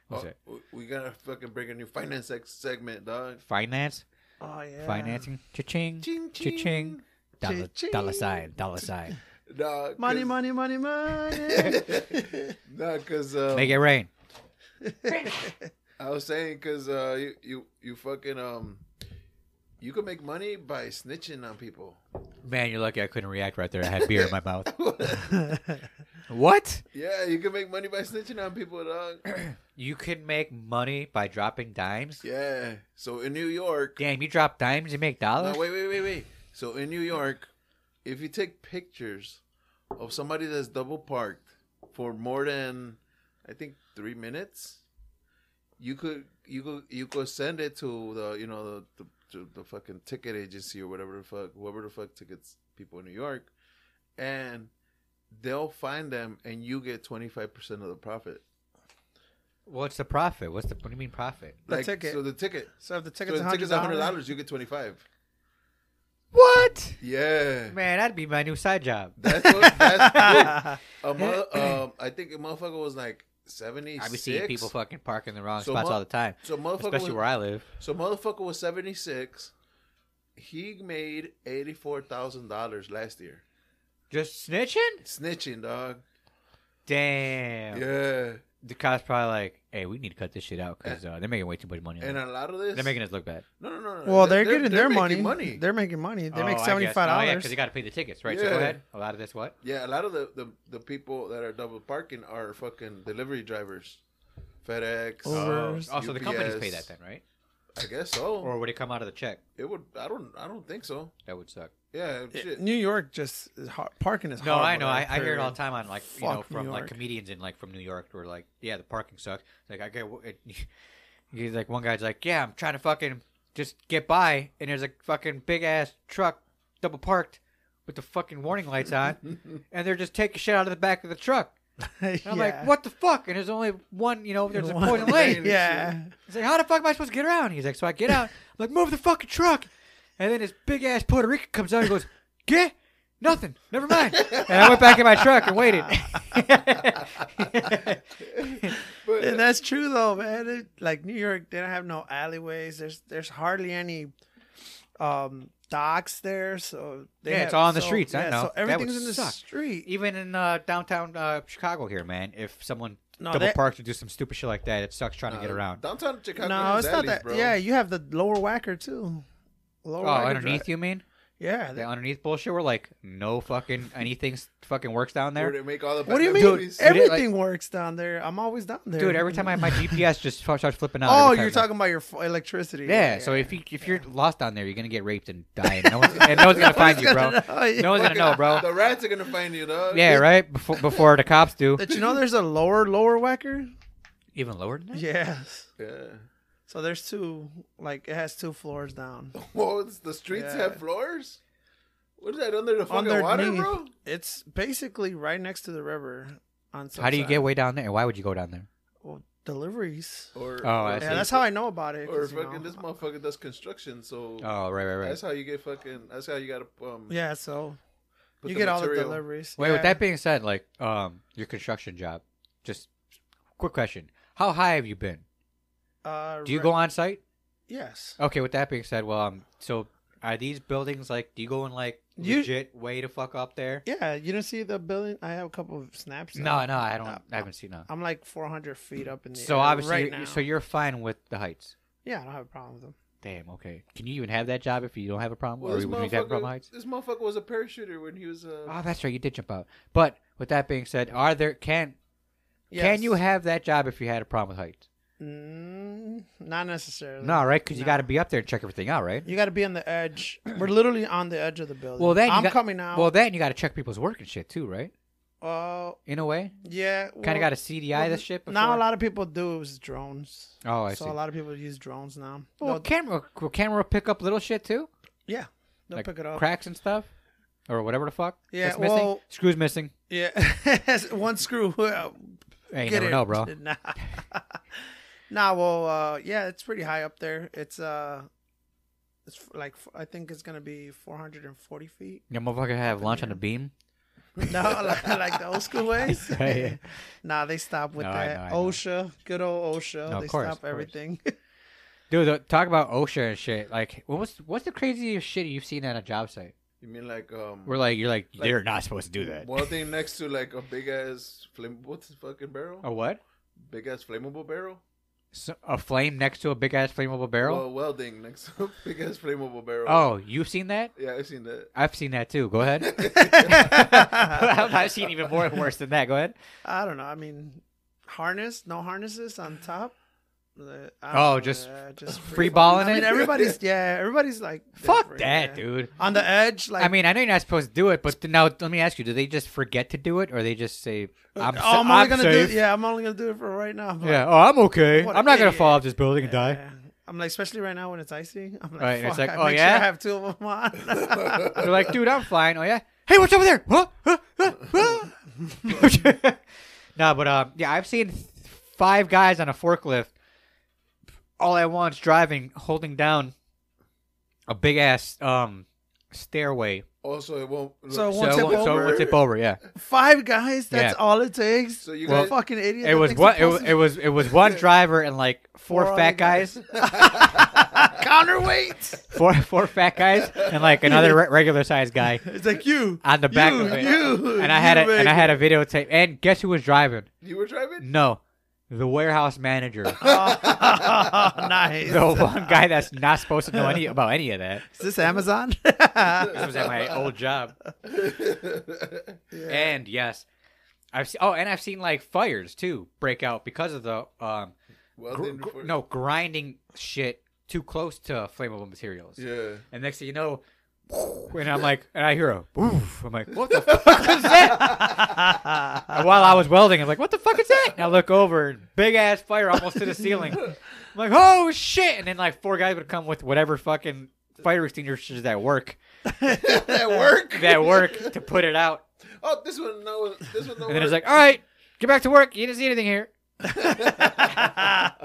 B: What's
A: Oh,
B: it?
A: we- we gotta fucking bring a new finance sex segment, dog.
B: Finance,
C: oh yeah.
B: financing, cha-ching,
A: Ching,
B: cha-ching,
A: ching.
B: dollar,
C: Cha-ching.
B: dollar sign, dollar sign.
A: Nah,
C: Money,
A: 'cause-
C: money, money, money.
A: nah, cause um,
B: Make it rain.
A: I was saying, cause uh, you, you you fucking um, you can make money by snitching on people.
B: Man, you're lucky I couldn't react right there. I had beer in my mouth. What?
A: yeah, you can make money by snitching on people, dog.
B: You can make money by dropping dimes?
A: yeah. So in New York,
B: Damn, you drop dimes, you make dollars?
A: No, wait, wait, wait, wait. So in New York, if you take pictures of somebody that's double parked for more than, I think, three minutes, you could you could you could send it to the you know the the, to the fucking ticket agency or whatever the fuck whoever the fuck tickets people in New York, and they'll find them and you get twenty five percent of the profit.
B: What's the profit? What's the what do you mean profit?
C: The ticket.
A: So the ticket.
C: so if the
A: So
C: ticket's
A: the ticket's
C: hundred
A: a hundred
C: dollars,
A: dollars. You get twenty five.
B: What?
A: Yeah.
B: Man, that'd be my new side job.
A: That's what, that's dude, a mo- um, I think a motherfucker was like seventy
B: I be
A: six.
B: seeing people fucking park in the wrong
A: So
B: spots
A: mu-
B: all the time.
A: So motherfucker,
B: Especially
A: was,
B: where I live.
A: so motherfucker was seventy six. He made eighty four thousand dollars last year.
B: Just snitching?
A: Snitching, dog.
B: Damn.
A: Yeah,
B: The cops probably like, hey, we need to cut this shit out because uh, they're making way too much money. on
A: and
B: it.
A: a lot of this.
B: they're making us look bad.
A: no, no, no, no.
C: well, they're, getting their money.
A: making
C: They're making money. They
B: Oh, I
C: make
B: guess.
C: seventy five
B: Oh, yeah,
C: dollars.
B: because they got to pay the tickets, right? So go
A: Yeah.
B: ahead. A lot of this what?
A: yeah, a lot of the, the the people that are double parking are fucking delivery drivers, FedEx. uh,
C: Uber. Ubers,
B: Oh, so the companies
A: UPS.
B: pay that then, right?
A: I guess so.
B: Or would it come out of the check?
A: it would. I don't. I don't think so.
B: That would suck.
A: Yeah. Shit.
C: New York just is hard. parking is
B: No,
C: horrible
B: I know. I,
C: out
B: I hear it
C: there.
B: all the time on like you know
C: Fuck New
B: from like
C: York.
B: comedians in like from New York who are like, yeah, the parking sucks. Like I get it, he's like one guy's like, yeah, I'm trying to fucking just get by, and there's a fucking big ass truck double parked with the fucking warning lights on, and they're just taking shit out of the back of the truck. And I'm
C: Yeah.
B: like, what the fuck? And there's only one, you know, there's a point of
A: lane.
B: lane.
C: Yeah.
B: He's like, how the fuck am I supposed to get around? He's like, so I get out. I'm like, move the fucking truck. And then this big ass Puerto Rican comes out and goes, get nothing. Never mind. And I went back in my truck and waited.
A: But,
C: And that's true though, man. It- like New York, they don't have no alleyways. There's there's hardly any um docks there, so they
B: Yeah,
C: have,
B: it's all on the
C: so-
B: streets, I know.
C: So
B: That would
C: everything's in the
B: suck.
C: street.
B: Even in uh, downtown uh, Chicago here, man, if someone
C: No,
B: double
C: that-
B: parks or do some stupid shit like that, it sucks trying to get around.
A: Downtown Chicago.
C: No,
A: has
C: it's not
A: alleys,
C: that.
A: Bro.
C: Yeah, you have the lower whacker too. Lower
B: Oh,
C: Wacker
B: underneath
C: Drive.
B: you mean?
C: Yeah.
B: The
C: that-
B: underneath bullshit where like no fucking anything fucking works down
A: Where
B: there?
A: they make all the
C: what do you mean?
A: bad movies.
B: Dude, every-
C: Everything works down there. I'm always down there.
B: Dude, every time I, my GPS just f- starts flipping out.
C: Oh,
B: every
C: you're
B: time.
C: talking about your f- electricity.
B: Yeah, so if you if you're lost down there, you're gonna get raped and die, and no one's, and no one's gonna find you, bro.
C: gonna know, Oh, yeah.
B: No one's gonna know, bro.
A: The rats are gonna find you, dog.
B: Yeah, right. Before before the cops do.
C: Did you know there's a lower lower whacker?
B: Even lower than that.
C: Yes.
A: Yeah.
C: So there's two, like it has two floors down.
A: Well, it's- the streets
C: Yeah.
A: have floors. What is that under the fucking water,
C: Underneath,
A: bro?
C: it's basically right next to the river. On some
B: How do you
C: side.
B: get way down there? Why would you go down there?
C: well, deliveries?
A: Or
B: Oh, I
A: or-
B: see.
C: Yeah, that's how I know about it.
A: Or
C: 'cause, you
A: fucking
C: know,
A: this motherfucker does construction, so
B: Oh, right, right, right.
A: that's how you get fucking. That's how you gotta um.
C: Yeah, so
A: put
C: you get all the
A: material-
C: deliveries.
B: Wait,
C: yeah.
B: with that being said, like um, your construction job. Just quick question: How high have you been?
C: Uh,
B: Do you
C: right-
B: go on site?
C: Yes.
B: Okay. With that being said, well, um, so are these buildings like? Do you go in like
C: You-
B: legit way to fuck up there?
C: Yeah, you didn't see the building. I have a couple of snaps. of
B: No,
C: it.
B: no, I don't.
C: No,
B: I haven't seen that.
C: I'm like 400 feet up in the
B: So
C: air
B: obviously,
C: right
B: you-
C: now.
B: so you're fine with the heights.
C: yeah, I don't have a problem with them.
B: damn, okay. Can you even have that job if you don't have a problem?
A: Well,
B: or
A: this,
B: would you have a problem
A: motherfucker,
B: heights?
C: uh,
A: this motherfucker was a parachuter when he was. Uh,
C: Ah.
B: Oh, that's right. You did jump out. But with that being said, are there can
C: Yes.
B: can you have that job if you had a problem with heights?
C: Mm, not necessarily.
B: No, right? Because you
C: No.
B: got to be up there and check everything out, right?
C: You got to be on the edge. We're literally on the edge of the building.
B: Well, then you
C: I'm
B: got-
C: coming out.
B: Well, then you got to check people's work and shit too, right?
C: uh,
B: In a way,
C: yeah.
B: kind
C: well,
B: of got to CDI
C: well,
B: this shit. Before?
C: Now a lot of people do is drones.
B: Oh, I
C: so
B: see.
C: a lot of people use drones now.
B: Well,
C: They'll-
B: camera will camera pick up little shit too,
C: yeah, they'll
B: like
C: pick it up.
B: cracks and stuff, or whatever the fuck.
C: Yeah,
B: that's missing.
C: well-
B: screws missing.
C: Yeah, one screw. Well,
B: Hey, you
C: get
B: never
C: it.
B: know, bro.
C: Nah. nah. Well, uh, yeah, it's pretty high up there. It's uh, it's f- like f- I think it's gonna be 440 feet.
B: Your motherfucker have lunch on the beam.
C: No, like, like the old school ways.
B: Yeah, yeah.
C: Nah, they stop with
B: No, I
C: that.
B: know, I know.
C: OSHA, good old OSHA.
B: No, of
C: they
B: course, of
C: stop
B: course.
C: everything.
B: Dude, uh, talk about OSHA and shit. Like, what was what's the craziest shit you've seen at a job site?
A: you mean like um?
B: Where like you're like,
A: Like-
B: they're not supposed to do that.
A: One thing next to like a big ass flame. What's the fucking barrel?
B: A what?
A: Big ass flammable barrel.
B: So, a flame next to a big ass flammable barrel.
A: Well, welding next to a big ass flammable barrel.
B: Oh, you've seen that?
A: yeah, I've seen that.
B: I've seen that too. Go ahead. I've
C: I
B: seen even more worse than that. Go ahead.
C: don't know. I mean, harness, no harnesses on top. Uh, I don't
B: Oh,
C: know,
B: just
C: yeah, just
B: free balling
C: I mean,
B: it?
C: everybody's yeah, everybody's like
B: Fuck
C: different,
B: that,
C: yeah.
B: dude.
C: On the edge, like
B: I mean, I know you're not supposed to do it, but now let me ask you: Do they just forget to do it, or they just say, "I'm,
C: oh,
B: sa-
C: I'm only
B: I'm
C: gonna
B: safe.
C: do yeah, I'm only gonna do it for right now. but-
B: Yeah, oh, I'm okay.
C: What
B: I'm
C: an
B: not gonna
C: idiot.
B: fall off this building and die."
C: yeah. I'm like, especially right now when it's icy. I'm like,
B: Right, and
C: fuck,
B: it's like,
C: I
B: oh,
C: make
B: yeah?
C: sure I have two of them on.
B: They're like, dude, I'm fine. Oh yeah. Hey, what's over there? Huh? Huh? Huh? Huh? no, but um, yeah, I've seen th- five guys on a forklift, all at once, driving, holding down a big ass um stairway.
A: Also, it won't.
C: So it
B: So
C: won't
B: it
C: tip
B: won't- so it
C: over.
B: won't tip over. Yeah.
C: Five guys. That's
B: Yeah.
C: all it takes.
A: So you
C: Well,
A: guys-
C: fucking idiot.
B: It
C: that
B: was
C: thinks
B: one.
C: it's
B: It was,
C: possible.
B: it was it was one driver and like four,
C: Four
B: fat
C: other guys.
B: guys,
C: counterweight.
B: four four fat guys, and like another re- regular sized guy
C: It's like you
B: on the back
C: you,
B: of it.
C: You,
B: and I had a and I had a videotape. And guess who was driving?
A: you were driving.
B: No, the warehouse manager,
C: Oh, nice.
B: the one guy that's not supposed to know any about any of that.
C: Is this Amazon?
B: This was at my old job, and yes, I've seen. Oh, and I've seen like fires too break out because of the um
A: well,
B: gr-
A: then
B: gr-
A: before-
B: no grinding shit too close to flammable materials.
A: Yeah.
B: And next thing you know, and I'm like, and I hear a woof. I'm like, what the fuck is that? and while I was welding, I'm like, what the fuck is that? And I look over, and big ass fire almost to the ceiling. I'm like, oh shit! And then like four guys would come with whatever fucking fire extinguishers that work,
A: At work.
B: that work to put it out.
A: Oh, this one no. This one no.
B: And then
A: work.
B: it's like, all right, get back to work. You didn't see anything here.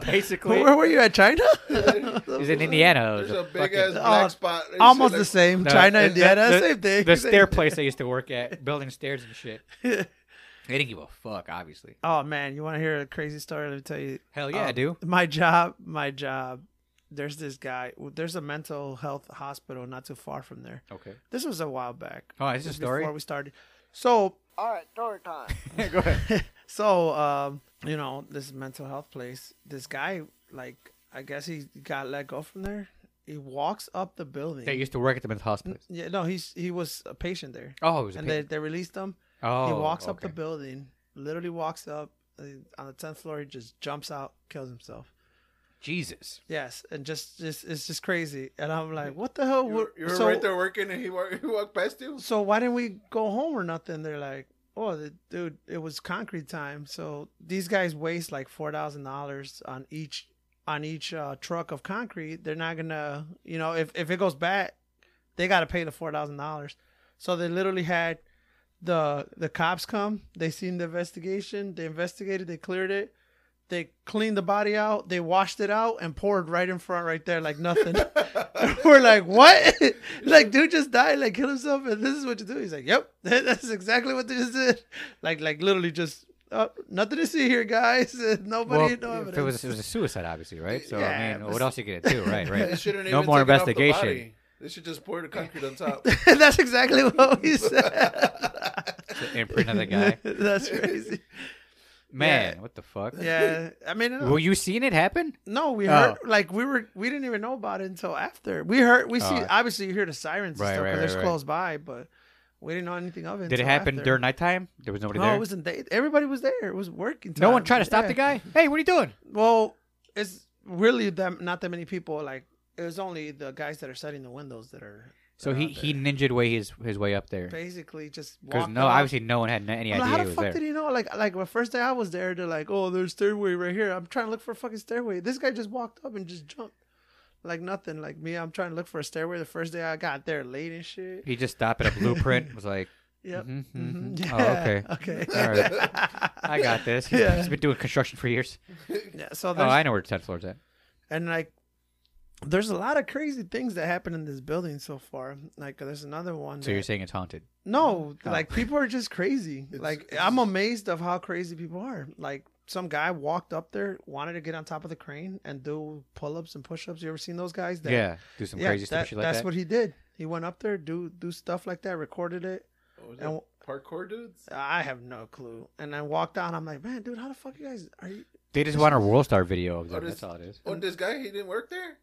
B: Basically,
C: Where were you at China?
B: is in Indiana. It was
A: There's a
B: fucking-
A: big ass
C: fucking-
A: black
C: Oh,
A: spot. It's
C: Almost
A: like-
C: the same.
B: No,
C: China,
B: the-
C: Indiana,
B: the-
C: same thing.
B: The stairplace I used to work at, building stairs and shit. They didn't give a fuck, obviously.
C: Oh man, you want to hear a crazy story? Let me tell you.
B: Hell yeah, I
C: Um,
B: do.
C: My job, my job. There's this guy. There's a mental health hospital not too far from there.
B: Okay.
C: This was a while back.
B: Oh, it's a
C: This is
B: story.
C: Before we started. So
D: All right, story time.
B: Go ahead.
C: so um you know this mental health place this guy like i guess he got let go from there he walks up the building
B: They used to work at the mental hospital.
C: yeah no he's he was a patient there
B: Oh, it was
C: Mm-hmm.
B: a
C: and
B: pa-
C: they, they released him
B: oh,
C: he walks up the
B: okay.
C: building literally walks up uh, on the 10th floor he just jumps out kills himself
B: Jesus.
C: yes and just just it's just crazy and i'm like what the hell
A: You
C: What-
A: were, you were
C: so,
A: right there working, and he walked, he walked past you.
C: so why didn't we go home or nothing they're like oh the, dude it was concrete time so these guys waste like four thousand dollars on each on each uh, truck of concrete they're not gonna you know if, if it goes bad they gotta pay the four thousand dollars so they literally had the the cops come they seen the investigation they investigated they cleared it they cleaned the body out they washed it out and poured right in front right there like nothing we're like, what? like, dude just died, like killed himself, and this is what you do. He's like, yep, that's exactly what they just did. Like, like literally just uh, nothing to see here, guys. Nobody,
B: Well,
C: no evidence.
B: if it was it was a suicide, obviously, right? So
C: Yeah,
B: I mean,
C: but-
B: what else you gonna do, right?
A: They
B: Right.
A: shouldn't
B: No
A: even
B: more
A: take it off the
B: investigation.
A: body. They should just pour the concrete on top.
C: that's exactly what we said.
B: Imprint of the guy.
C: that's crazy.
B: Man, what the fuck?
C: Yeah, I mean, I don't-
B: Were you seeing it happen?
C: no, we
B: Oh.
C: heard like we were we didn't even know about it until after we heard we see
B: Oh.
C: obviously you hear the sirens
B: Right,
C: and stuff
B: right,
C: because
B: right,
C: it's
B: right.
C: close by, but we didn't know anything of it.
B: Did it
C: until
B: happen
C: after.
B: during nighttime? There was nobody
C: No,
B: there.
C: it wasn't. They, everybody was there. It was working.
B: no one
C: time.
B: tried to stop
C: Yeah.
B: the guy. Hey, what are you doing?
C: Well, it's really them not that many people. Like it was only the guys that are setting the windows that are.
B: So
C: that are
B: he
C: out
B: he
C: there.
B: ninjaed way his his way up there
C: basically just
B: because
C: walked
B: no,
C: up.
B: obviously no one had n- any
C: I'm
B: idea
C: like, how
B: he
C: the
B: was
C: fuck
B: there.
C: did he know? Like, like the first day I was there, they're like, "Oh, there's stairway right here." I'm trying to look for a fucking stairway. This guy just walked up and just jumped, like nothing. Like me, I'm trying to look for a stairway. The first day I got there late and shit.
B: He just stopped at a blueprint. Was like,
C: Yep.
B: mhm,
C: Mhm.
B: mhm.
C: Yeah.
B: oh okay,
C: Okay.
B: All I got this. He's,
C: Yeah.
B: he's been doing construction for years.
C: yeah. So
B: Oh,
C: there's
B: I know where the tenth floor's at.
C: and like there's a lot of crazy things that happen in this building so far. Like there's another one.
B: So you're
C: that-
B: saying it's haunted?
C: No,
B: Oh.
C: like people are just crazy.
A: It's-
C: like
A: it's-
C: I'm amazed of how crazy people are. Like some guy walked up there, wanted to get on top of the crane and do pull ups and push ups. You ever seen those guys? That,
B: yeah, do some
C: yeah,
B: crazy
C: that-
B: stuff shit like
C: that's
B: that.
C: what he did. He went up there, do do stuff like that, recorded it.
A: What was
C: And-
A: Oh, that? parkour dudes.
C: I have no clue. And I walked down. I'm like, man, dude, how the fuck you guys are you?
B: they just want a world star video of
A: Oh,
B: them.
A: this-
B: That's all it is.
A: Oh, this guy he didn't work there.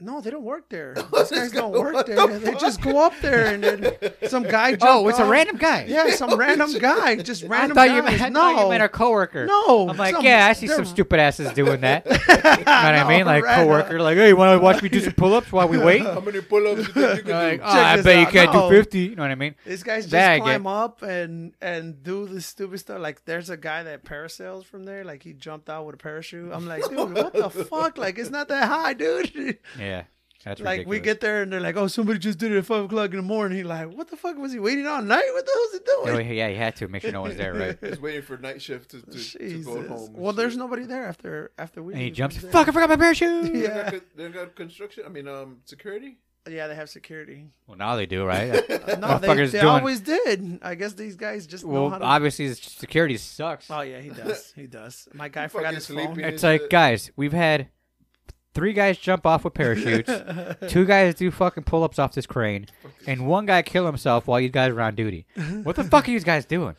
C: No, they don't work there.
B: Oh,
A: This
C: Those guys
A: guy-
C: don't
A: what
C: work
A: the
C: there. They
A: fuck?
C: just go up there and then some guy. Jumped
B: Oh, it's a
C: off.
B: random guy.
C: Yeah, some random guy. Just
B: I
C: random.
B: thought you
C: guys.
B: meant, I
C: no.
B: thought you meant our coworker.
C: No,
B: I'm like,
C: some-
B: yeah, I see some
C: they're-
B: stupid asses doing that. You know
C: you
B: what I mean? Like coworker, like, hey, you want to watch me do some pull-ups while we wait?
A: How many pull-ups you think you
B: They're
A: can
B: like,
A: do?
B: oh, I
C: this
B: bet you
C: out.
B: can't
C: No.
B: do 50. You know what I mean?
C: These guys just
B: That I get.
C: climb up and and do the stupid stuff. Like there's a guy that parasails from there. Like he jumped out with a parachute. I'm like, dude, what the fuck? Like it's not that high, dude.
B: Yeah, that's
C: like
B: ridiculous.
C: we get there and they're like, oh, somebody just did it at five o'clock in the morning. Like, what the fuck was he waiting all night? What the hell's he
B: Yeah,
C: doing?
B: well, Oh, yeah, you had to make sure no one's there, right?
A: Just waiting for night shift to, to, to
C: Jesus.
A: go home.
C: well, there's nobody there after after we.
B: And he
C: leave.
B: jumps.
C: Who's there?
B: Fuck! I forgot my parachute.
A: They
C: Yeah.
A: got, con- they got construction. I mean, um, security.
C: Yeah, they have security.
B: Well, now they do, right?
C: No, they,
B: Motherfucker's
C: they
B: doing-
C: always did. I guess these guys just know
B: well,
C: how to.
B: obviously, his security sucks.
C: Oh yeah, he does. He does. My guy
A: You
C: forgot
A: fucking
C: his
A: sleepy.
C: phone.
B: It's like, guys, we've had three guys jump off with parachutes, two guys do fucking pull-ups off this crane, and one guy kill himself while you guys were on duty. What the fuck are you guys doing?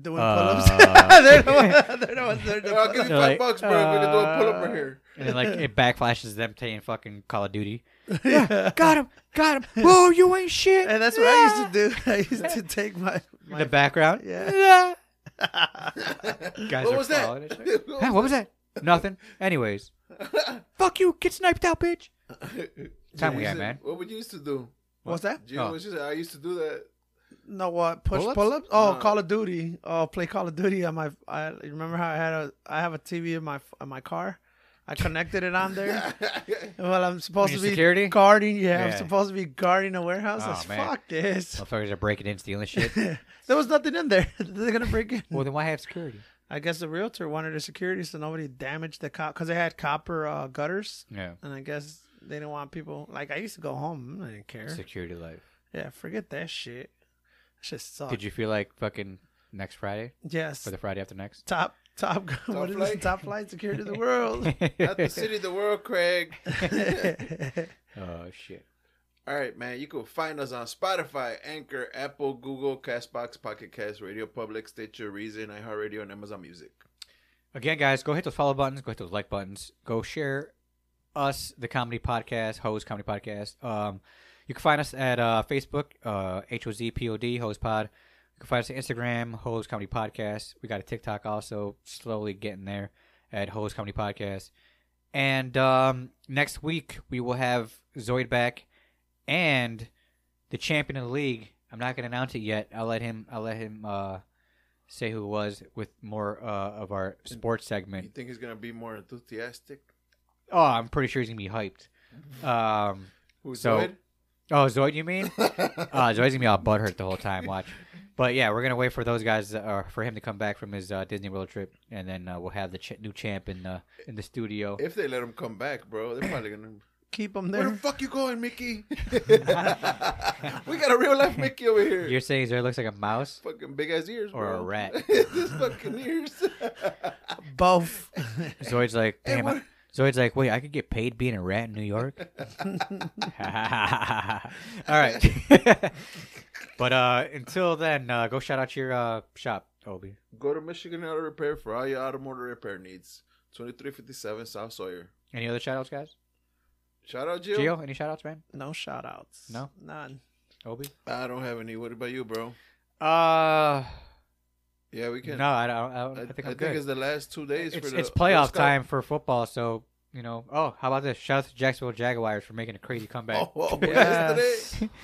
C: Doing
B: Uh,
C: pull-ups. they're the ones. They're the ones. They're
A: Hey, I'll give
C: the
A: you
B: They're
A: five
B: like,
A: bucks, bro. I'm gonna do a pull-up right
B: uh,
A: here.
B: And then, like, it backflashes them playing fucking Call of Duty.
C: pull-ups.
B: Got him! Got him! Whoa, you ain't shit!
C: And that's what I used to do. I used to take my.
B: In
C: my
B: the background.
C: Yeah.
B: Yeah. Guys
A: What
B: are
A: was that?
B: following each other. Huh, what was that? Nothing. Anyways. Fuck you. Get sniped out, bitch. Time we
A: You
B: at,
A: said-
B: man.
A: What would you used to do?
C: What's that?
A: Do you know
B: Oh.
A: what she said? I used to do that.
C: No, what? Push
B: Pull-ups?
C: pull-ups? Oh,
A: No.
C: Call of Duty. Oh, play Call of Duty on my. I remember how I had a. I have a TV in my in my car. I connected it on there. Well, I'm supposed
B: When
C: to
B: you're
C: be
B: security?
C: guarding. Yeah,
B: Yeah.
C: I'm supposed to be guarding a warehouse.
B: Oh,
C: I said,
B: man.
C: Fuck this.
B: Motherfuckers are breaking in, stealing shit.
C: there was nothing in there. They're gonna break in.
B: well, then why have security?
C: I guess the realtor wanted the security so nobody damaged the cop because they had copper uh, gutters,
B: Yeah.
C: and I guess they didn't want people. Like I used to go home, I didn't care.
B: Security life.
C: Yeah, forget that shit. That shit sucked.
B: Did you feel like fucking next Friday
C: Yes,
B: or the Friday after next?
C: top top. top what is
A: flight?
C: this? Top flight security of the world.
A: Not the city, of the world, Craig.
B: oh, shit.
A: All right, man. You can find us on Spotify, Anchor, Apple, Google, Castbox, Pocket Cast, Radio Public, Stitcher, Reason, iHeartRadio, and Amazon Music.
B: Again, guys, go hit those follow buttons. Go hit those like buttons. Go share us, the comedy podcast, Hose Comedy Podcast. Um, you can find us at uh, Facebook, uh, H O Z P O D, Hose Pod. You can find us on Instagram, Hose Comedy Podcast. We got a TikTok also, slowly getting there at Hose Comedy Podcast. And um, next week, we will have Zoid back and the champion of the league. I'm not going to announce it yet. I'll let him. I'll let him uh, say who it was with more uh, of our sports
A: You
B: segment.
A: think he's gonna be more enthusiastic?
B: Oh, I'm pretty sure he's gonna be hyped. Um,
A: Who's
B: So-
A: Zoid?
B: oh, Zoid, you mean? Uh, Zoid's gonna be all butthurt the whole time. Watch. But yeah, we're gonna wait for those guys, uh, for him to come back from his uh, Disney World trip, and then uh, we'll have the ch- new champ in the in the studio.
A: If they let him come back, bro, they're probably gonna.
C: Keep them
A: Where the
C: there.
A: fuck you going, Mickey? we got a real life Mickey over here.
B: You're saying Zoid looks like a mouse?
A: fucking big ass ears,
B: Or a
A: bro.
B: rat.
A: His fucking ears.
C: Both.
B: Zoid's like,
A: Hey,
B: damn. I-
A: what-
B: Zoid's like, wait, I could get paid being a rat in New York. All right. but uh, until then, uh, go shout out your uh, shop, Toby.
A: Go to Michigan Auto Repair for all your automotive repair needs. 2357 South Sawyer.
B: Any other shout outs, guys?
A: Shout out, Gio.
B: Gio, any shout outs, man?
C: No shout outs.
B: No?
C: None.
B: Obi?
A: I don't have any. What about you, bro?
B: Uh,
A: Yeah, we can.
B: no, I don't. I, don't,
A: I,
B: I think I'm
A: I
B: good.
A: it's the last two days
B: it's,
A: for the
B: it's
A: Girl
B: playoff
A: Scout-
B: time for football, so you know. Oh, how about this? Shout out to Jacksonville Jaguars for making a crazy comeback.
A: Oh, oh,
C: Yes.
A: yesterday?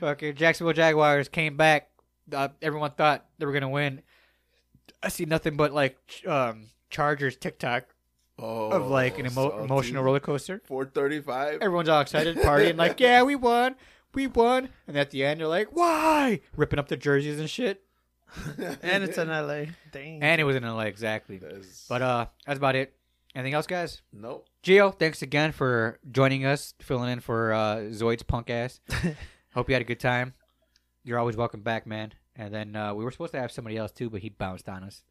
B: Fucking Jacksonville Jaguars came back. Uh, everyone thought they were gonna win. I see nothing but like ch- um, Chargers TikTok
A: Oh,
B: of like an emo-
A: salty.
B: emotional roller coaster.
A: 435.
B: Everyone's all excited, partying, like, "Yeah, we won, we won!" And at the end, you're like, "Why?" Ripping up the jerseys and shit.
C: And it's in LA. Dang.
B: And it was in LA, exactly.
A: That's-
B: But uh, that's about it. Anything else, guys?
A: nope.
B: Gio, thanks again for joining us, filling in for uh, Zoid's punk ass. Hope you had a good time. You're always welcome back, man. And then uh, we were supposed to have somebody else too, but he bounced on us.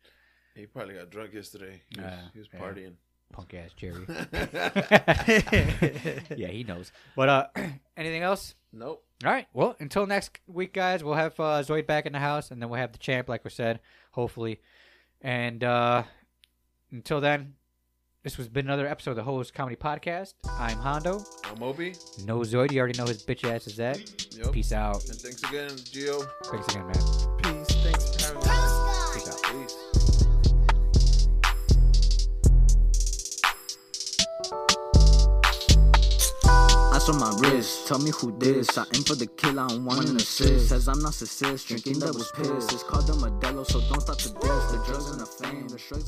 A: He probably got drunk yesterday. He was,
B: Uh,
A: he was
B: yeah.
A: partying.
B: Punk ass Jerry.
C: yeah.
B: yeah, he knows. But uh, anything else?
A: nope.
B: All right. Well, until next week, guys, we'll have uh, Zoid back in the house, and then we'll have the champ, like we said, hopefully. And uh, until then, this has been another episode of the Host Comedy Podcast. I'm Hondo.
A: I'm Obi.
B: No Zoid. You already know his bitch ass is that.
A: Yep.
B: Peace out.
A: And thanks again, Gio.
B: Thanks again, man.
C: Peace. Thanks for having me.
B: Peace out.
A: Peace.
E: Eyes on my wrist, tell me who this. I aim for the kill, I don't want an assist. Says I'm narcissist, drinking that was piss. It's called the Modelo, so don't talk to this. The drugs and the fame, the shrugs. and-